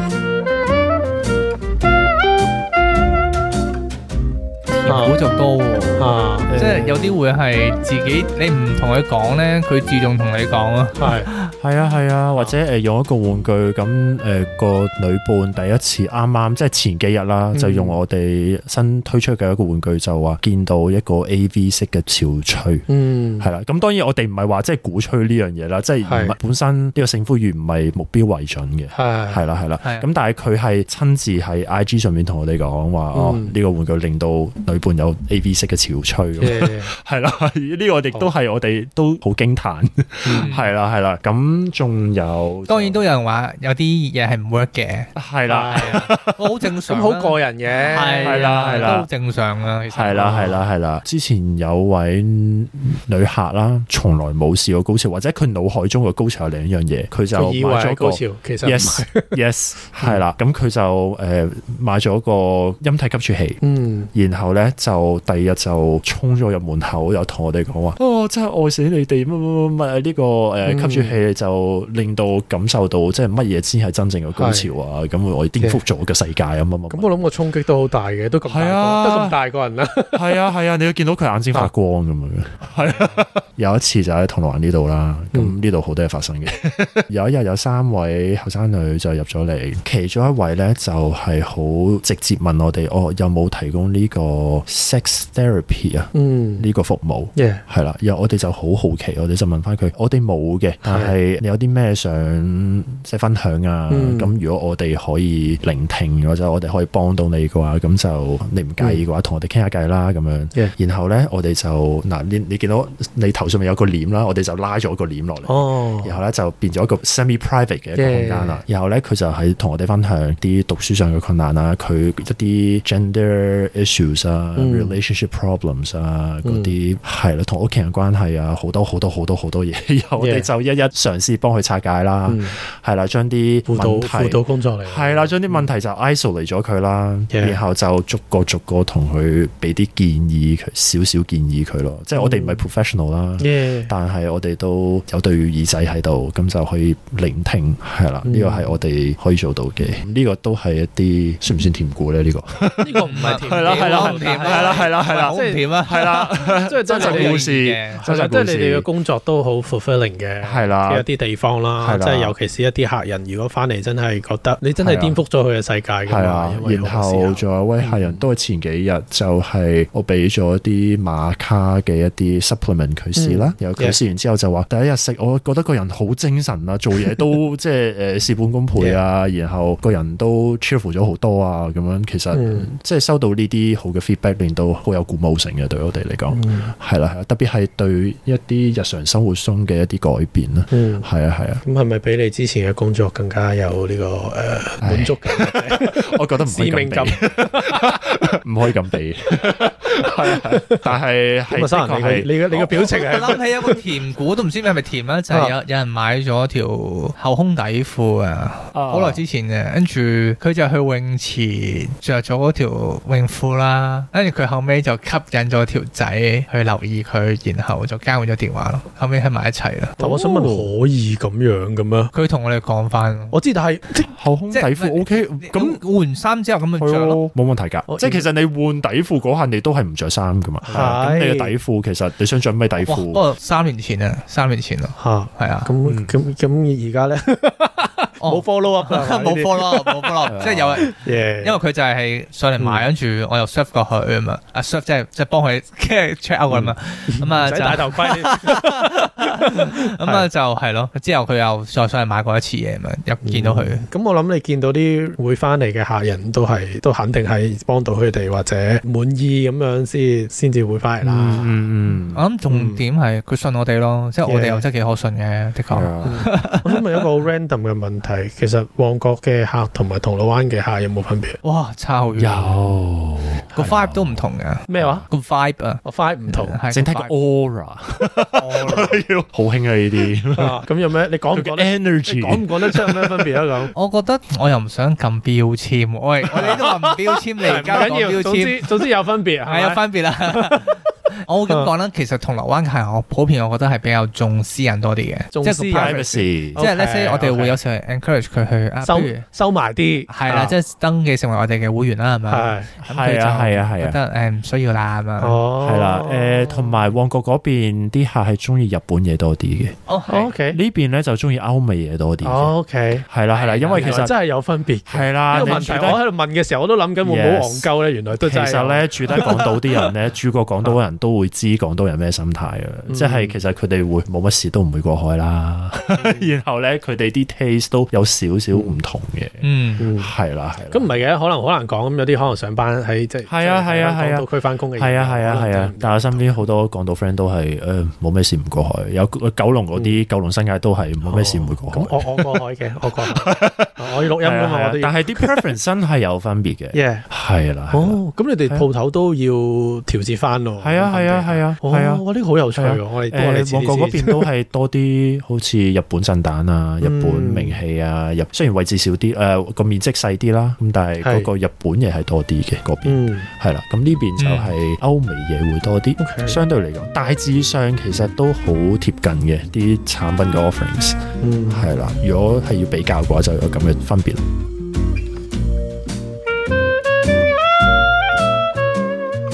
甜股就多喎。啊，即係有啲會係自己你唔同佢講咧，佢自動同你講咯。係係啊係啊，或者誒用一個玩具咁誒個女伴第一次啱啱即係前幾日啦，嗯就用我哋新推出嘅一個玩具就話見到一個 AV 式嘅潮吹。嗯係啦，咁當然我哋唔係話即係鼓吹呢樣嘢啦，即係唔係係本身呢個性歡愉唔係目標為準嘅，係係啦係啦。係啊咁但係佢係親自喺 IG 上面同我哋講話，哦嗯呢個玩具令到女伴有 AV 式嘅潮吹咁，嘅，係啦，呢個亦都係我哋都好驚歎，嗯係啦係啦。咁仲有當然都有人話有啲嘢係唔 work 嘅，係啦。係啊我好正咁常啊。好個人嘅，係啊係啦係啦都好正常啊。其實係啦，係啦，係啦。之前有位女客啦，從來冇試過高潮，或者佢腦海中嘅高潮係另一樣嘢，佢就佢以為買咗係個高潮，其實唔係 yes yes 係啦，咁佢就誒買咗個陰蒂吸啜器。嗯然後咧就第二日就衝咗入門口，又同我哋講話：哦，真係愛死你哋乜乜乜乜呢個誒、呃嗯吸啜器就令到感受到即係乜嘢先係真正嘅高潮啊！咁我哋顛覆咗個世界啊！乜乜咁乜我諗個衝擊都好大嘅，都咁大係個，啊都咁大個人啦。係啊係啊！你要見到佢眼睛發光咁樣， 係啊！有一次就喺銅鑼灣呢度啦，嗯咁呢度好多嘢發生嘅。 有一日有三位後生女就入咗嚟，其中一位咧就係好直接問我哋：哦，有冇提供呢個 sex therapy 啊？嗯呢個服務？耶，係啦，然後我哋就好好奇，我哋就問翻佢，我哋冇嘅，但係你有啲咩想即係分享啊？嗯咁、如果我哋可以聆聽或者我哋可以幫到你嘅話，咁就你唔介意嘅話，同我哋傾下偈啦咁樣。 Yeah 然後咧，我哋就嗱，你你見到你頭上面有個簾啦，我哋就拉咗個簾落嚟。哦，然後咧就變咗一個 semi-private 嘅一個空間啦。然後咧佢就係同我哋分享啲讀書上嘅困難啦，佢一啲 gender issues 啊、嗯 relationship problems 啊嗯嗰啲係啦，同屋企人關係啊，好多好多好多好多嘢。 然後我哋 Yeah 就一一嘗試幫佢拆解啦，嗯係啦，將啲輔導輔問導題。工作嚟，係啦，將啲問題就 isolate 咗佢啦 Yeah 然後就逐個逐個同佢俾啲建議佢，少少建議佢咯。即係我哋唔嗯係 professional 啦，耶，但係我哋都有對耳仔喺度，咁就可以聆聽，係啦，嗯呢個係我哋可以做到嘅。呢個都係一啲算唔算甜故咧？呢個呢個唔係甜係啦係啦係啦係啦係啦係啦即係好唔甜啊係係 啦，即係真真係實你故哋事，係真啦實即係故你哋嘅事，工作都好 fulfilling 嘅。係啦嘅一，啲地方啦，係即啦係尤其是一啲客人，如果翻嚟真係覺得你真係係啊顛覆咗佢嘅世界㗎係嘛啊，因為有然時候後仲有一位客人都係前幾日就係我俾咗啲馬卡嘅一啲 supplement 佢試啦，然後嗯佢 Yeah 試完之後就話第一日食，我覺得個人好精神啊，做 嘢都即係誒事半功倍啊，然後個人都 cheerful 咗好多啊，咁樣其實嗯即係收到呢啲好嘅 feedback，令到好有鼓舞性嘅對我哋嚟講，嗯係啦係啦，特別係對一啲日常生活中嘅一啲改變啦，嗯，係啊係啊，咁係咪比你之前嘅工作更加有呢個誒滿足感？我覺得唔可以使命咁感比。唔可以咁 比，系，但係係咁啊，生的確人，你嘅係你嘅你嘅表情我係諗起有個甜股，都唔知係咪甜啊啦，就係有有人買咗條後胸底褲啊，好耐之前嘅，跟住佢就去泳池着咗嗰條泳褲啦，跟住佢後尾就吸引咗條仔去留意佢，然後就交換咗電話咯，後尾喺埋一齊啦。但我想問，哦可以咁樣嘅咩？佢同我哋講翻，我知，但係即後胸底即係唔褲係 O K，咁咁換衫之後咁咪係着咯。咯，冇問題㗎。即係其實你換底褲嗰下，你都係唔着衫㗎嘛。係咁你嘅底褲其實你想着咩底哇！褲？嗰個三年前啊，三年前咯，嚇係啊，咁嗯咁咁而家咧冇哦 follow up 啦，係嘛 啊嗯冇 follow，冇 follow，即係有。 Yeah 因為佢就係上嚟買，跟住我又 serve 過佢啊嘛，啊 serve 即係即係幫佢 跟住 check out 咁嘛，咁嗯唔啊使戴就頭盔， 咁啊就係咯，之後佢又再上嚟買過一次嘢嘛，嗯又見到佢，咁我諗你見到啲會翻嚟嘅客人都係都肯定係幫到佢哋或者滿意咁樣先先至會翻嚟啦。嗯嗯我諗重點係佢信我哋咯，即係我哋又真係幾可信嘅，的確。嗯， 我想問一個好 random 嘅問題，其實旺角嘅客同埋銅鑼灣嘅客有冇分別？哇，差好有遠，個 vibe 都唔同嘅，咩話？個 vibe 啊，我 five 啊 唔同係整體個 vibe aura 哦要好興啊！呢啲啊 咁有咩？你講唔佢講嘅得？你講 energy 唔講得出有咩分別啊？我覺得我又唔想撳標籤，我係我哋都話唔標籤， 你咁而唔家緊講要，標總籤。 之總之有分別係係有啊咪？分 別啦。我會咁講啦，其實銅鑼灣嘅係我普遍我覺得係比較重私隱多啲嘅，重即係私個隱 private- privacy 即係 OK， let's say 我 OK 哋會有時係 encourage 佢去啊，不收如收埋啲啊係啦，即係登記成為我哋嘅會員啦，係咪？係咁佢係啊就係啊係啊覺得誒唔需要啦咁啊。哦係啦，誒同埋旺角嗰邊啲客係中意日本嘢多啲嘅，哦，係 O K 呢邊咧就中意歐美嘢多啲嘅。 O K，係啦係啦，因為其其實實哦真係有分別。係呢啦，個你問題住得我喺度問嘅時候，我都諗緊會唔會戇 Yes 鳩咧？原來都其真係有實咧，住低港島啲 人咧，住過港島嘅人都會知港島人咩心態嘅，啊嗯即係其實佢哋會冇乜事都唔會過海啦。嗯 然後咧，佢哋啲 taste 都有少少唔同嘅，嗯，嗯係啦，係啦。咁唔係嘅，可能好難講。咁有啲可能上班喺即係係啊係啊係啊港島區翻工嘅人，係啊係啊可能係真啊，但係我身邊好多港島 friend 都係誒冇咩事唔過海，有九龍嗰嗯啲九龍新界都係冇咩事唔會過海咁。我我過海嘅，我 過海，哦我要錄音係噶啊係嘛，啊我都要但。係啲 preference 真係有分別 嘅， Yeah 係啦。係啦哦，咁你哋鋪頭都要調節翻咯。係啊係啊係啊哦係啊。哇呢個好有趣係喎！我哋誒、多你知旺角嗰邊都係多啲，好似日本震蛋啊、日本名氣啊，日雖然位置少啲，誒、個面積細啲啦，咁但係係嗰個日本嘢係多啲嘅嗰邊，嗯係啦、咁呢邊就係歐美嘢會多啲， OK 相對嚟講，大致上其實都好貼近嘅啲產品嘅 offerings，嗯係啦。如果係要比較嘅話，就有咁嘅分別。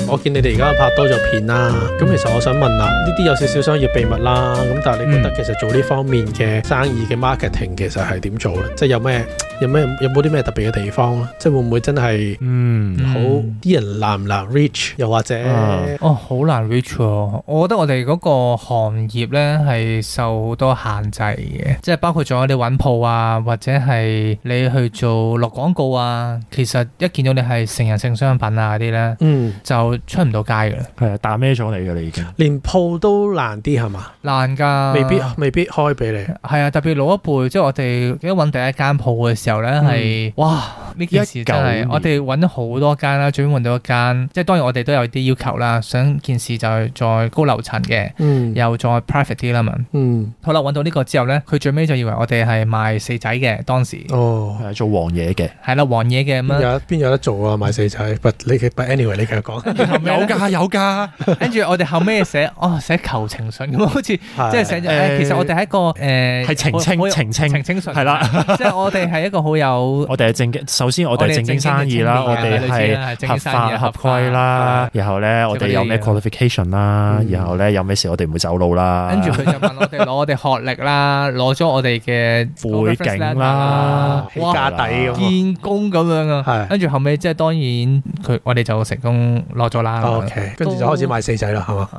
我見你哋而家拍多咗片啦，咁其實我想問啦，呢啲有少少商業秘密啦，咁但係你覺嗯得其實做呢方面嘅生意嘅 marketing 其實係點做呢？即係有咩有咩有冇啲咩特別嘅地方咧？即係會唔會真係嗯好嗯啲人難唔難 reach？又或者啊哦，好難 reach 喎。我覺得我哋嗰個行業咧係受好多限制嘅，即係包括咗你揾鋪啊，或者係你去做落廣告啊。其實一見到你係成人性商品啊嗰啲咧，嗯，就出唔到街噶啦，係啊，打咩咗你嘅你已經。連鋪都難啲係嘛？難㗎，未必啊未必開俾你。係啊，特別老一輩，即係我哋一揾第一間鋪嘅時候咧，嗯係、哇呢件事真19年係我哋揾咗好多間啦，最終揾到一間，即係當然我哋都有啲要求啦，想件事就係再高樓層嘅，嗯又再 private 啲啦嘛。嗯，好啦，揾到呢個之後咧，佢最尾就以為我哋係賣四仔嘅，當時哦。係啊做黃嘢嘅，係啦，黃嘢嘅咁邊樣。有邊有得做啊？賣四仔，but 你 but anyway，你繼續講，跟住後尾呢㗎有㗎，跟住我哋後尾寫哦寫求情信咁， 好似 即係寫咗誒，哎誒其實我哋係一個誒係澄清好有澄清澄清信係啦，即係我哋係一個好有 我哋係正經，首先我哋係正經生意啦，啊我我哋哋啊係係正經嘅青年啊係正合經生法意合合法規啦，啊然後咧我哋有咩即係嗰 qualification 啦，嗯然後咧有咩事我哋唔會走佬啦，跟住 佢就問我哋攞我哋學歷啦，攞咗我哋嘅背景啦 reference letter 啦起哇家底咁見工咁樣啊係，跟住後尾即係當然佢我哋就成功攞咗啦。啊。OK，跟住就開始買四仔啦，係嘛？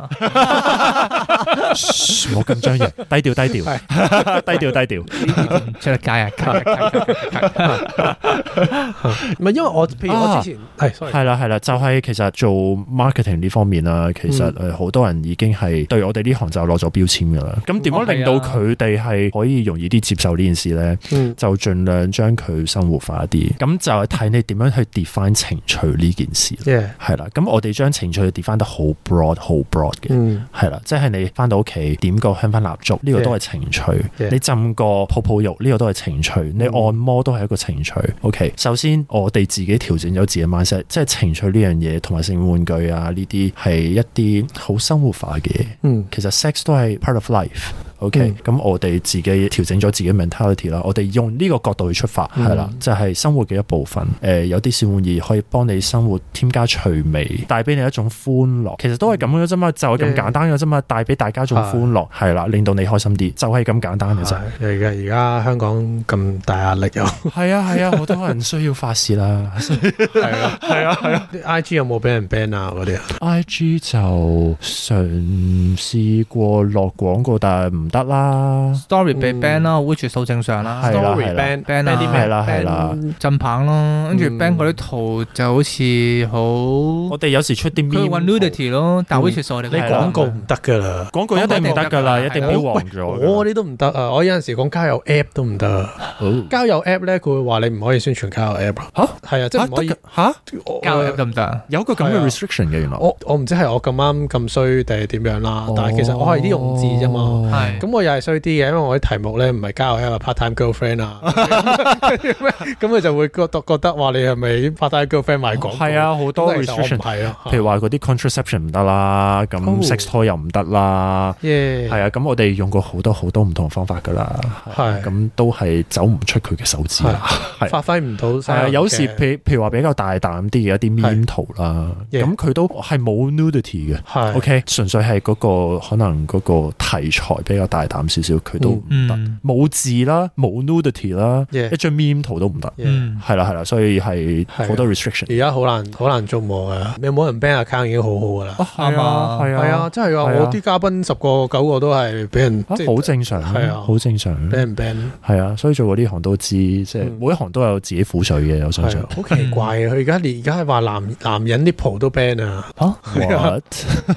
噓冇咁張揚，低調低調， 低調低調。唔出得街啊！咳咳咳咳咳咳唔係因為啊我譬如我之前係，sorry，係啦，係啦，就係、其實做 marketing 呢方面啦，其實誒好多人已經係對我哋呢行就攞咗標籤㗎啦。咁點哦樣係啊令到佢哋係可以容易啲接受呢件事咧？嗯就盡量將佢生活化一啲。咁就係睇你點樣去 define 情趣呢件事啦。 ，yeah，係啦，咁我哋將情趣 define 得好 broad，好 broad 嘅。嗯係啦，即係你翻到屋企點個香薰蠟燭，呢個都係情趣 Yeah. 嗯你浸個泡泡浴，呢、個都係情趣；你按摩都係一個情趣。OK，首先我哋自己調整咗自己 mindset，即係情趣呢樣嘢同埋性玩具啊呢啲係一啲好生活化嘅嘢。嗯其實 sex 都係 part of life。OK，咁、我哋自己調整咗自己 mentality 啦，我哋用呢個角度去出發，係啦、就係生活嘅一部分。誒、有啲小玩意可以幫你生活添加趣味，帶俾你一種歡樂。其實都係咁嘅啫嘛，就係、咁嗯簡單嘅啫嘛，帶俾大家一種歡樂，係啦，令到你開心啲，就係、咁簡單嘅啫。係而家而家香港咁大壓力又係啊係啊，好多人需要發泄啦。係啊係啊係啊！I G 有冇俾人 ban 啊嗰啲啊？ I G 就嘗試過落廣告，但係唔得啦。 Story 被 ban 啦，which 數正常啦係啦係 Story 啦 ban ban 啊啲咩係啦係啦 ban 震棒咯，跟住嗯 ban 嗰啲圖就好似好我哋有時出啲 meme 佢揾 nudity 咯，但嗯 which 係我哋你係啦廣告唔得㗎啦。廣告一定唔得㗎啦，一啊定標黃咗㗎。我嗰啲都唔得啊！我有陣時講交友 app 都唔得啊。好交友 app 咧，佢會話你唔可以宣傳交友 app 咯。係啊，即係唔可以嚇得㗎嚇哦我交友得唔得啊？有個咁係啊嘅 restriction 嘅原來。我我唔知係我咁啱咁衰定係點樣啦，但係其實我係啲用字啫嘛。哦係咁我又係衰啲嘅，因為我啲題目咧唔係交友 app 啊，part time girlfriend 啊， 咁佢就會覺得覺得話你係咪 part time girlfriend 賣廣告？係，啊，好多多 restriction restriction，係啊咯，譬如話嗰啲 contraception 唔得啦，咁哦 sex toy 又唔得啦。耶，係啊，咁我哋用過好多好多唔同嘅方法㗎啦，係咁都係走唔出佢嘅手指啦。係發揮唔到係晒嘅。啊，有時譬譬如話比較大膽啲嘅一啲係 meme 圖啦， Yeah 咁佢都係冇 nudity 嘅。係 OK，純粹係嗰個可能嗰個題材比較大膽少少，佢都唔得。嗯冇字啦，冇 nudity 啦 Yeah 一張 meme 圖都唔得， Yeah 嗯，係啦係啦，所以係係啊好多 restriction。而家好難好難捉摸啊！有冇人 ban account 已經好好噶啦。啱啊係係啊，，真係啊！係啊我啲嘉賓十個九個都係俾人啊即好係正常，係啊好正常，俾人 ban，係啊，所以做過呢行都知，即係嗯每一行都有自己苦水嘅，我相係信啊。好奇怪啊！佢而家連而家係話男男人啲蒲都 ban 啊！ What？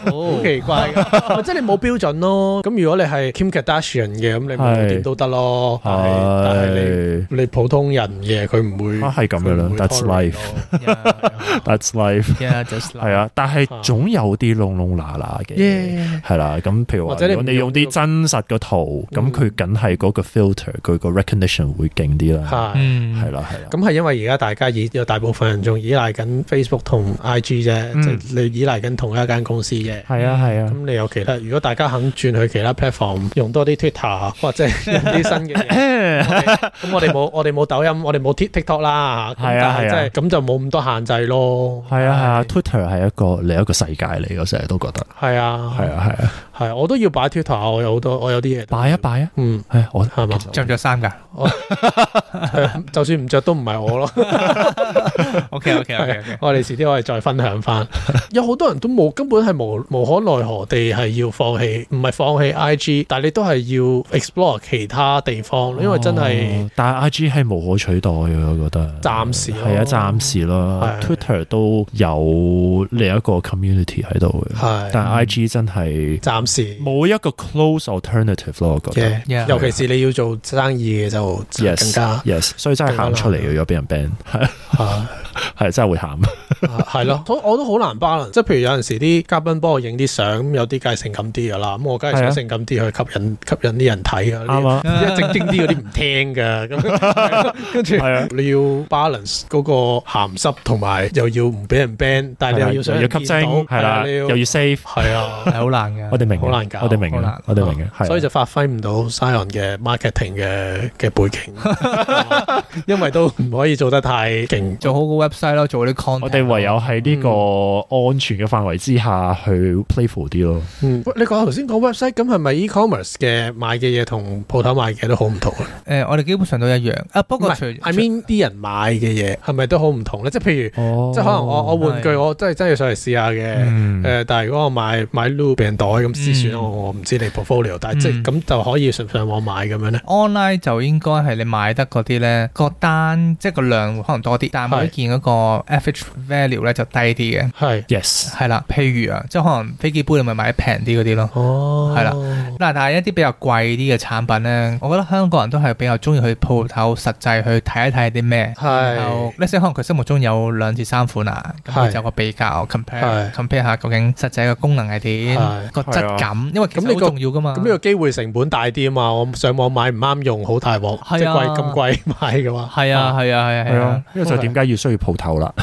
好奇怪啊 㗎，哦即係你冇標準咯。咁如果你係 Kim Kardashian 嘅，咁你咪係點都得咯。但係但係係你你普通人嘅，佢唔會啊係 咁嘅啦佢唔會 That's tolerate 咯 That's life， Yeah，just 係啊，但係總有啲窿窿罅罅嘅。 Yeah 係啦，咁譬如話，或者你如唔果你用啲用真實嘅圖，咁嗯佢梗係嗰個 filter，佢個 recognition 會勁啲啦。係。嗯，係啦，係啦。咁係因為而家大家依有大部分人仲依賴緊 Facebook 同 IG 啫，嗯即係你依賴緊同一間公司啫。係啊，係啊咁。你有其他，如果大家肯轉去其他 platform，用多啲 Twitter 或者 用啲新嘅嘢。啊咁我哋冇我哋冇抖音，我哋冇 Tik- TikTok 啦，咁係啊但係啊係即係咁就冇咁多限制咯。係啊係啊，Twitter 係一個另一個世界嚟，我成日都覺得。係啊，係啊係啊，係啊，我都要擺 Twitter，我有好多，我有啲嘢。擺一，擺啊，嗯，係我係嘛其實着唔 着衫㗎係啊就算唔着都唔係我 咯。 ？OK OK OK OK，我哋遲啲我哋再分享翻。有好多人都冇，根本係無無可奈何地係要放棄，唔係放棄 IG，但係你都係要 explore 其他地方，因為真係哦但係 I G 係無可取代嘅，我覺得。暫時咯係啊，暫時咯係。 Twitter 都有另一個 community 喺度嘅，係但係 I G 真係暫時冇一個 close alternative 咯，我覺得。嘅，尤其是你要做生意嘅就就 Yes，更加 yes，所以真係喊出嚟嘅，如果俾人 ban，係係 係真係會喊。係咯，我我都好難 balance。即係譬如有陣時啲嘉賓幫我影啲相，咁有啲梗係性感啲噶啦，咁我梗係係啊想性感啲去吸引吸引啲人睇啊。啱啊，一正經啲嗰啲唔聽噶，咁跟住 係啊。你要 balance 嗰個鹹濕同埋又要唔俾人 ban，但係你又要想啊又要吸人見精，到啊係啦，你要又要 save，係 啊。係好難嘅。我哋明嘅，好難搞我哋明好嘅難，我哋明嘅，係啊所以就發揮唔到 Sion 嘅 marketing 嘅嘅背景， 因為都唔可以做得太勁。做好個 website 咯，做啲 content。我哋唯有喺呢個安全嘅範圍之下去 playful 啲咯。嗯，喂你講頭先講 website，咁係咪 e-commerce 嘅買嘅嘢同鋪頭買嘅嘢都好唔同啊？誒，我哋基本上都一樣啊。不唔過除係，I mean 啲人買嘅嘢係咪都好唔同咧？即係譬如，哦即係可能我我玩具係我真係真係要上嚟試下嘅。誒、誒但係如果我買買 Lulu 病袋咁先算啦，嗯我我唔知你 portfolio，但係即係嗯咁就可以上上網買咁樣咧。 online 就應該係你買得嗰啲咧，個單即係個量會可能多啲，但係每係件嗰個 average value 咧就低啲嘅。係， yes 係啦，譬如啊，即係可能飛機杯你咪買平啲嗰啲咯。哦，係啦嗱，但係一啲比較貴啲嘅產品咧，我覺得香港人都係比較中意去鋪頭實際去睇一睇啲咩。然後啊係，呢些可能佢心目中有兩至三款啊，咁係佢就有個比較 compare 係 compare 下究竟實際嘅功能係點，係個質感，因為其咁實你好個重要噶嘛。咁呢個機會成本大啲啊嘛，我上網買唔啱用好大鑊，係啊即係貴咁貴 買嘅話，係啊係啊係啊係係啊啊。，呢個就係點解要需要鋪頭啦？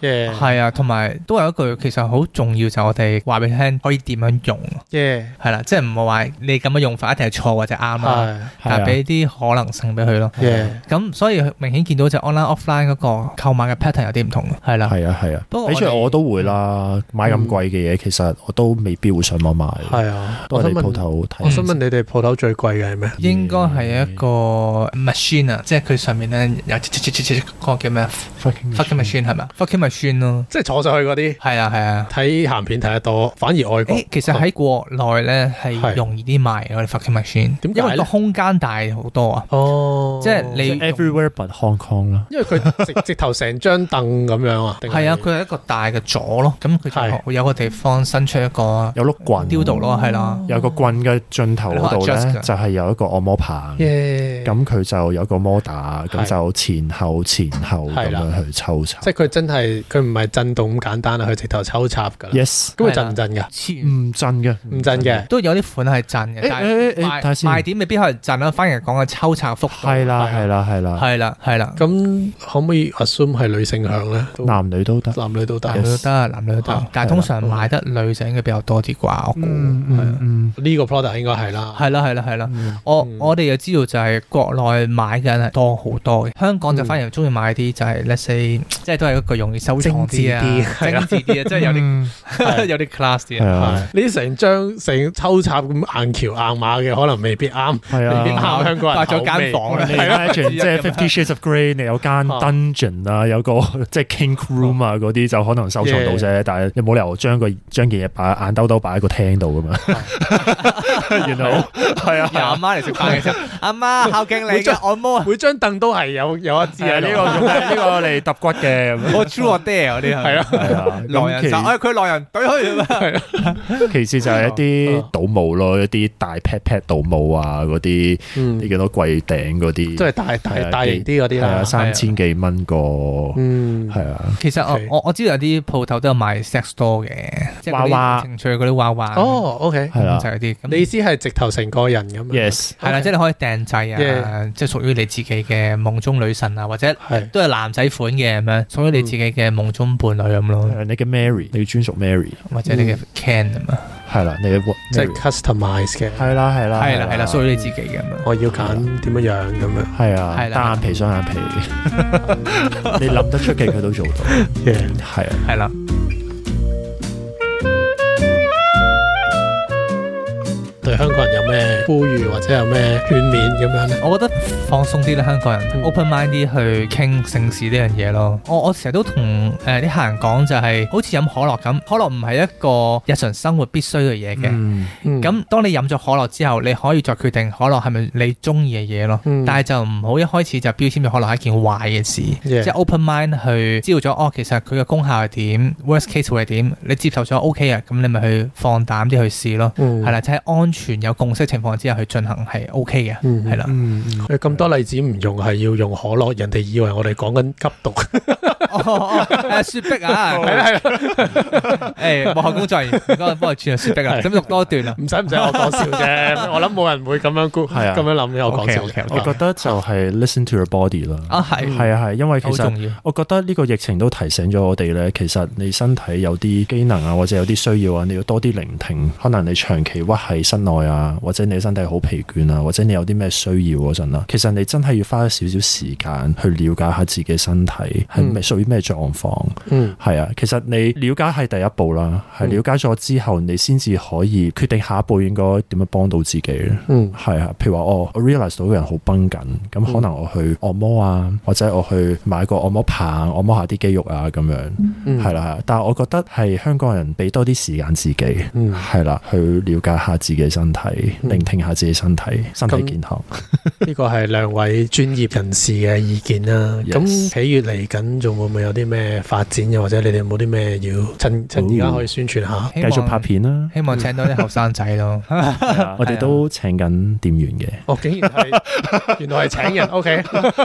耶係啊，同埋都有一句其實好重要，就係我哋話俾你聽可以點樣用，耶，係啦，即係唔係話你咁嘅用法一定係錯或者啱啦，係但係係啊俾啲可能性俾佢咯。耶，咁所以明顯見到就 online offline 嗰個購買嘅 pattern 有啲唔同嘅，係啊啦，係啊係啊不過，我俾哋出嚟我都會啦。買咁貴嘅嘢，其實我都未必會上網買，嗯係啊！都我想係嚟鋪問，頭我睇。想問你哋鋪頭最貴嘅係咩？應該係一個 machine 啊，即係佢上面咧有嗰個叫咩 Fucking fucking machine 係咪？fucking machine 咯，即係坐上去嗰啲係啊係啊。睇鹹片睇得多，反而外國誒，其實喺國內咧係係容易啲賣嘅啊我哋 fucking machine，點解因為個咧空間大好多啊。哦，即係你 everywhere but Hong Kong 啦。因為佢 直直頭成張凳咁樣啊，定係啊，佢係一個大嘅座咯，咁佢就係會有個地方伸出一個有碌棍，雕度咯，係啦，有個棍嘅盡頭嗰度啊你可以 adjust 咧，㗎就係有一個按摩棒。耶，咁佢就有個摩打，咁係就前後前後咁係啦樣去抽查。即係佢真係佢唔係震動咁簡單啊，佢直頭抽插㗎啦。 yes，啊咁佢震唔震㗎？黐唔震嘅，唔嗯震嘅。都有啲款係震嘅，誒但係誒誒，睇下賣賣先。點未必係震啦，反而講嘅抽查幅度係啦，係啦，係啦，係啦係啦，咁可唔可以 assume 係女性向咧？都男女都得。男女都得。男女都得，男女都得啊，但係通常買得女仔應該比較多啲啩，我估嗯係啊嗯嗯呢個 product 應該係啦。係啦係啦係啦。嗯，我嗯我哋就知道就係國內買嘅人係多好多嘅，香港就嗯反而中意買啲就係 let's say 即係都係一個容易收藏啲啊，精緻啲 精係啊緻啲啊，即係有啲嗯 有啲 class 啲係啊。啊，呢成張成抽插咁硬橋硬馬嘅，可能未必啱， 係未必啊。啱香港人搭咗間口房味啦你 imagine 即啊係 Fifty Shades of Grey，你有間啊 dungeon 啊，有個 即係 king room 啊，嗰啲就可能收藏到啫。但係你冇理由將個將件嘢擺眼兜兜擺喺個廳度噶嘛。 然後係啊，由阿媽嚟食飯 嘅時候，阿媽孝敬你嘅按摩啊，每張凳都係有有一支係啊，喺呢呢個個。用呢個嚟揼骨嘅咁。我 true or dare 嗰啲係係啊，係啊，狼人殺，咁哎佢狼人懟佢咁啊，其其次就係一啲賭舞咯，一啲大 pat pat 賭舞啊，嗰啲嗯呢，幾多櫃頂嗰啲，都係大大係啊大型啲嗰啲係啊，啦。三千幾蚊個，嗯，係啊，其實 Okay 我我我知道有啲鋪頭都有賣 sex doll 嘅，即係嗰啲娃娃情趣嗰啲娃娃，哦，OK，係啦啊就係啲咁你意思係直頭成個人咁樣？ ，yes，係啦， Okay 即係你可以訂製啊， Yeah 即係屬於你自己嘅夢中女神啊，或者係都係男仔款嘅咁樣，屬嗯於你自己嘅夢中伴侶咁咯，誒啊你嘅 Mary，你嘅專屬 Mary，或者你嗯嘅 can 咁啊，係啦，你嘅 what 即係 Mary， customize 嘅，係啦係啦，係啦係啦，屬於你自己嘅咁樣。我要揀點樣樣咁樣。係啊，係啦單眼皮雙眼皮，你諗得出嘅佢都做 到， Yeah 係啊。係啦，對香港人有咩呼籲或者有咩勸勉咁樣咧？我覺得放鬆啲啦，香港人嗯 open mind 啲去傾性事呢樣嘢咯。我我成日都同誒啲客人講就係、好似飲可樂咁，可樂唔係一個日常生活必須嘅嘢嘅。嗯，嗯咁當你飲咗可樂之後，你可以再決定可樂係咪你中意嘅嘢咯。嗯但係就唔好一開始就標籤咗可樂係一件壞嘅事 Yeah 即係 open mind 去知道咗哦，其實佢嘅功效係點，worst case 會係點，你接受咗 OK 啊，咁你咪去放膽啲去試咯。嗯係啦，即係安全有共識情況之下去進行係 OK 嘅，嗯係啦。嗯，嗯佢咁多例子唔用係要用可樂，人哋以為我哋講緊吸毒，哦哦誒雪碧啊，係啦係啦，誒幕後工作人員，唔該幫我轉下雪碧 啊，係使唔使讀多一段啊？唔使唔使，我講笑啫。我諗冇人會咁樣估，係啊咁樣諗嘅。我講笑 OK，OK，OK 啫。我覺得就係 listen to your body 啦。啊係，係啊係，因為其好實。重要。我覺得呢個疫情都提醒咗我哋咧，其實你身體有啲機能啊，或者有啲需要啊，你要多啲聆聽。可能你長期屈喺室內啊，或者你身體好疲倦啊，或者你有啲咩需要嗰陣嗯啦，其實你真係要花少少時間去了解下自己身體係嗯咩屬於咩狀況。嗯係啊，其實你了解係第一步啦，係嗯了解咗之後，你先至可以決定下一步應該點樣幫到自己咧。嗯係啊，譬如話我我 realize 到個人好繃緊，咁可能我去按摩啊，或者我去買個按摩棒按摩下啲肌肉啊咁樣，嗯係啦、但係我覺得係香港人俾多啲時間自己。嗯係啦，去了解下自己身體，嗯聆聽下自己身體，身體咁健康。呢個係兩位專業人士嘅意見啦。 Yes 咁喜悦嚟緊仲會唔會有啲咩發展？又或者你哋有冇啲咩要趁趁而家可以宣傳下？希繼續望，拍，片啦希望請到啲後生仔咯。啊我哋都請緊店員嘅。哦，竟然係 原來係請人。OK，誒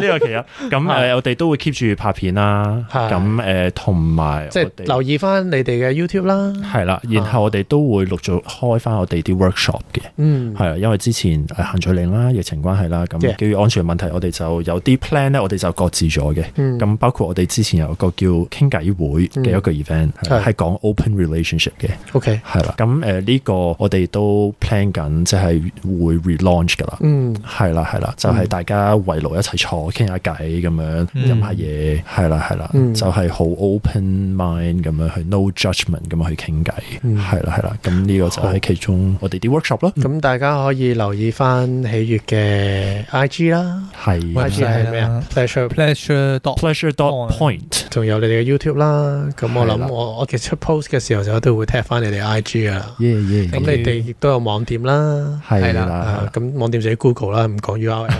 呢個其一，咁誒我哋都會 keep 住拍片啦，係咁誒同埋即係我哋留意啊翻你哋嘅 YouTube 啦。係啦，然後我哋都會陸續開翻我哋啲 workshop 嘅，嗯，係啊，因為之前誒限聚令啦、疫情關係啦，咁 Yeah 基於安全問題，我哋就有啲 plan 咧，我哋就擱置咗嘅。嗯咁包括我哋之前有個叫傾偈會嘅一個 event，係係講 open relationship 嘅， OK，係啦。咁誒呢個我哋都 plan 緊，即係會 relaunch 㗎啦。嗯係啦，係啦，就係大家圍爐一齊坐傾下偈咁樣，嗯飲下嘢，係啦，係啦，嗯就係好 open mind 咁樣去 no judgment 咁樣去傾偈，嗯係啦，係啦，咁呢個就係其中我哋啲 workshop 咯，咁大家可以留意翻喜悦嘅 IG 啦係喂，IG 係咩啊？Pleasure Pleasure dot pleasure dot point 仲有你哋嘅 YouTube 啦，咁我係啦諗我我其實出 post 嘅時候就一定會踢翻你哋 IG 噶啦。耶耶，咁你哋亦都有網店啦，係係啦啊啦咁網店自己 Google 啦，唔講 URL。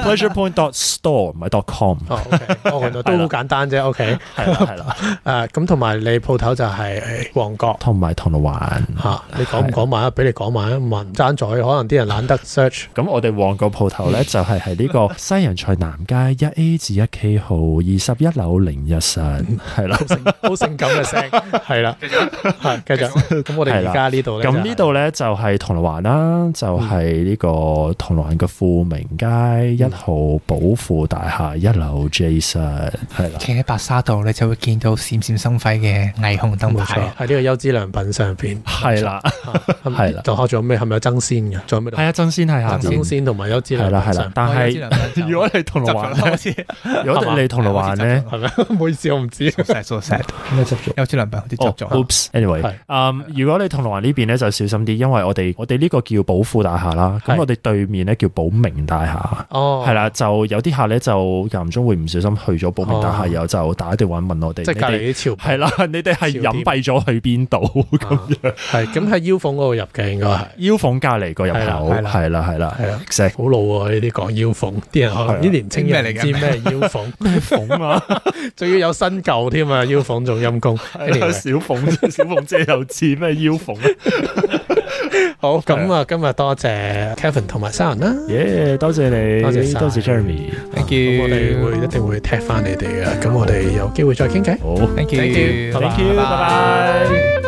，pleasure point dot store 唔係 dot com，哦，OK，我原來都好簡單啫。OK，係啦係啦，誒咁同埋你鋪頭就係誒旺角同埋銅鑼灣。嚇，你講唔講埋啊？俾你講埋啊，唔係唔爭在，可能啲人懶得 search。咁我哋旺角鋪嗯頭咧，就係喺呢個西洋菜南街一 A 至一 K 號二十一樓零一室，係啦。好性感嘅聲， 係啦，係繼續。咁我哋而家呢度咧，咁呢度咧就係銅鑼灣啦，就嗯係呢個銅鑼灣嘅富明街一號寶富大廈一樓 J 室，係啦，企喺白沙道，你就會見到閃閃生輝嘅霓虹燈冇牌錯，。喺呢個優質良品上 邊，係啦，係係啦仲有仲有咩？係咪有爭鮮嘅？仲有咩？係啊，爭鮮係下行先邊，先同埋優質係良啦品係啦上，，但係 係如果你銅鑼灣咧，似如果你銅鑼灣咧，係咪？唔好意思，我唔知。 sad so sad，咩執咗？有啲良品好似哦執咗。 ，oops，anyway，係嗯如果你銅鑼灣呢邊咧就小心啲，因為我哋我哋呢個叫寶富大廈啦，咁係我哋對面咧叫寶明大廈。哦，係，啦，就有啲客咧就間唔中會唔小心去咗寶明大哦廈，然後就打電話問我哋，即係你隔哋離啲潮係 啦，你哋係隱蔽咗去邊度咁啊樣？係咁喺腰縫嗰度入嘅，應該係腰房隔離個入口係啦係啦係啦係啦，exact 好老喎！呢啲講腰縫，啲人可係啊能啲年青人唔知咩咩腰縫，縫啊， 啊仲要有新舊添啊！腰縫仲陰公。Anyway 小縫小縫姐又似咩腰縫 啊？好咁啊，今日多謝 Kevin 同埋 Sharon 啦。耶，多謝你，多謝晒多謝 Jeremy， Thank 咁 you，我哋會一定會踢翻你哋嘅，咁我哋有機會再傾偈。好 Thank Thank you， you，拜拜 Thank you，拜拜。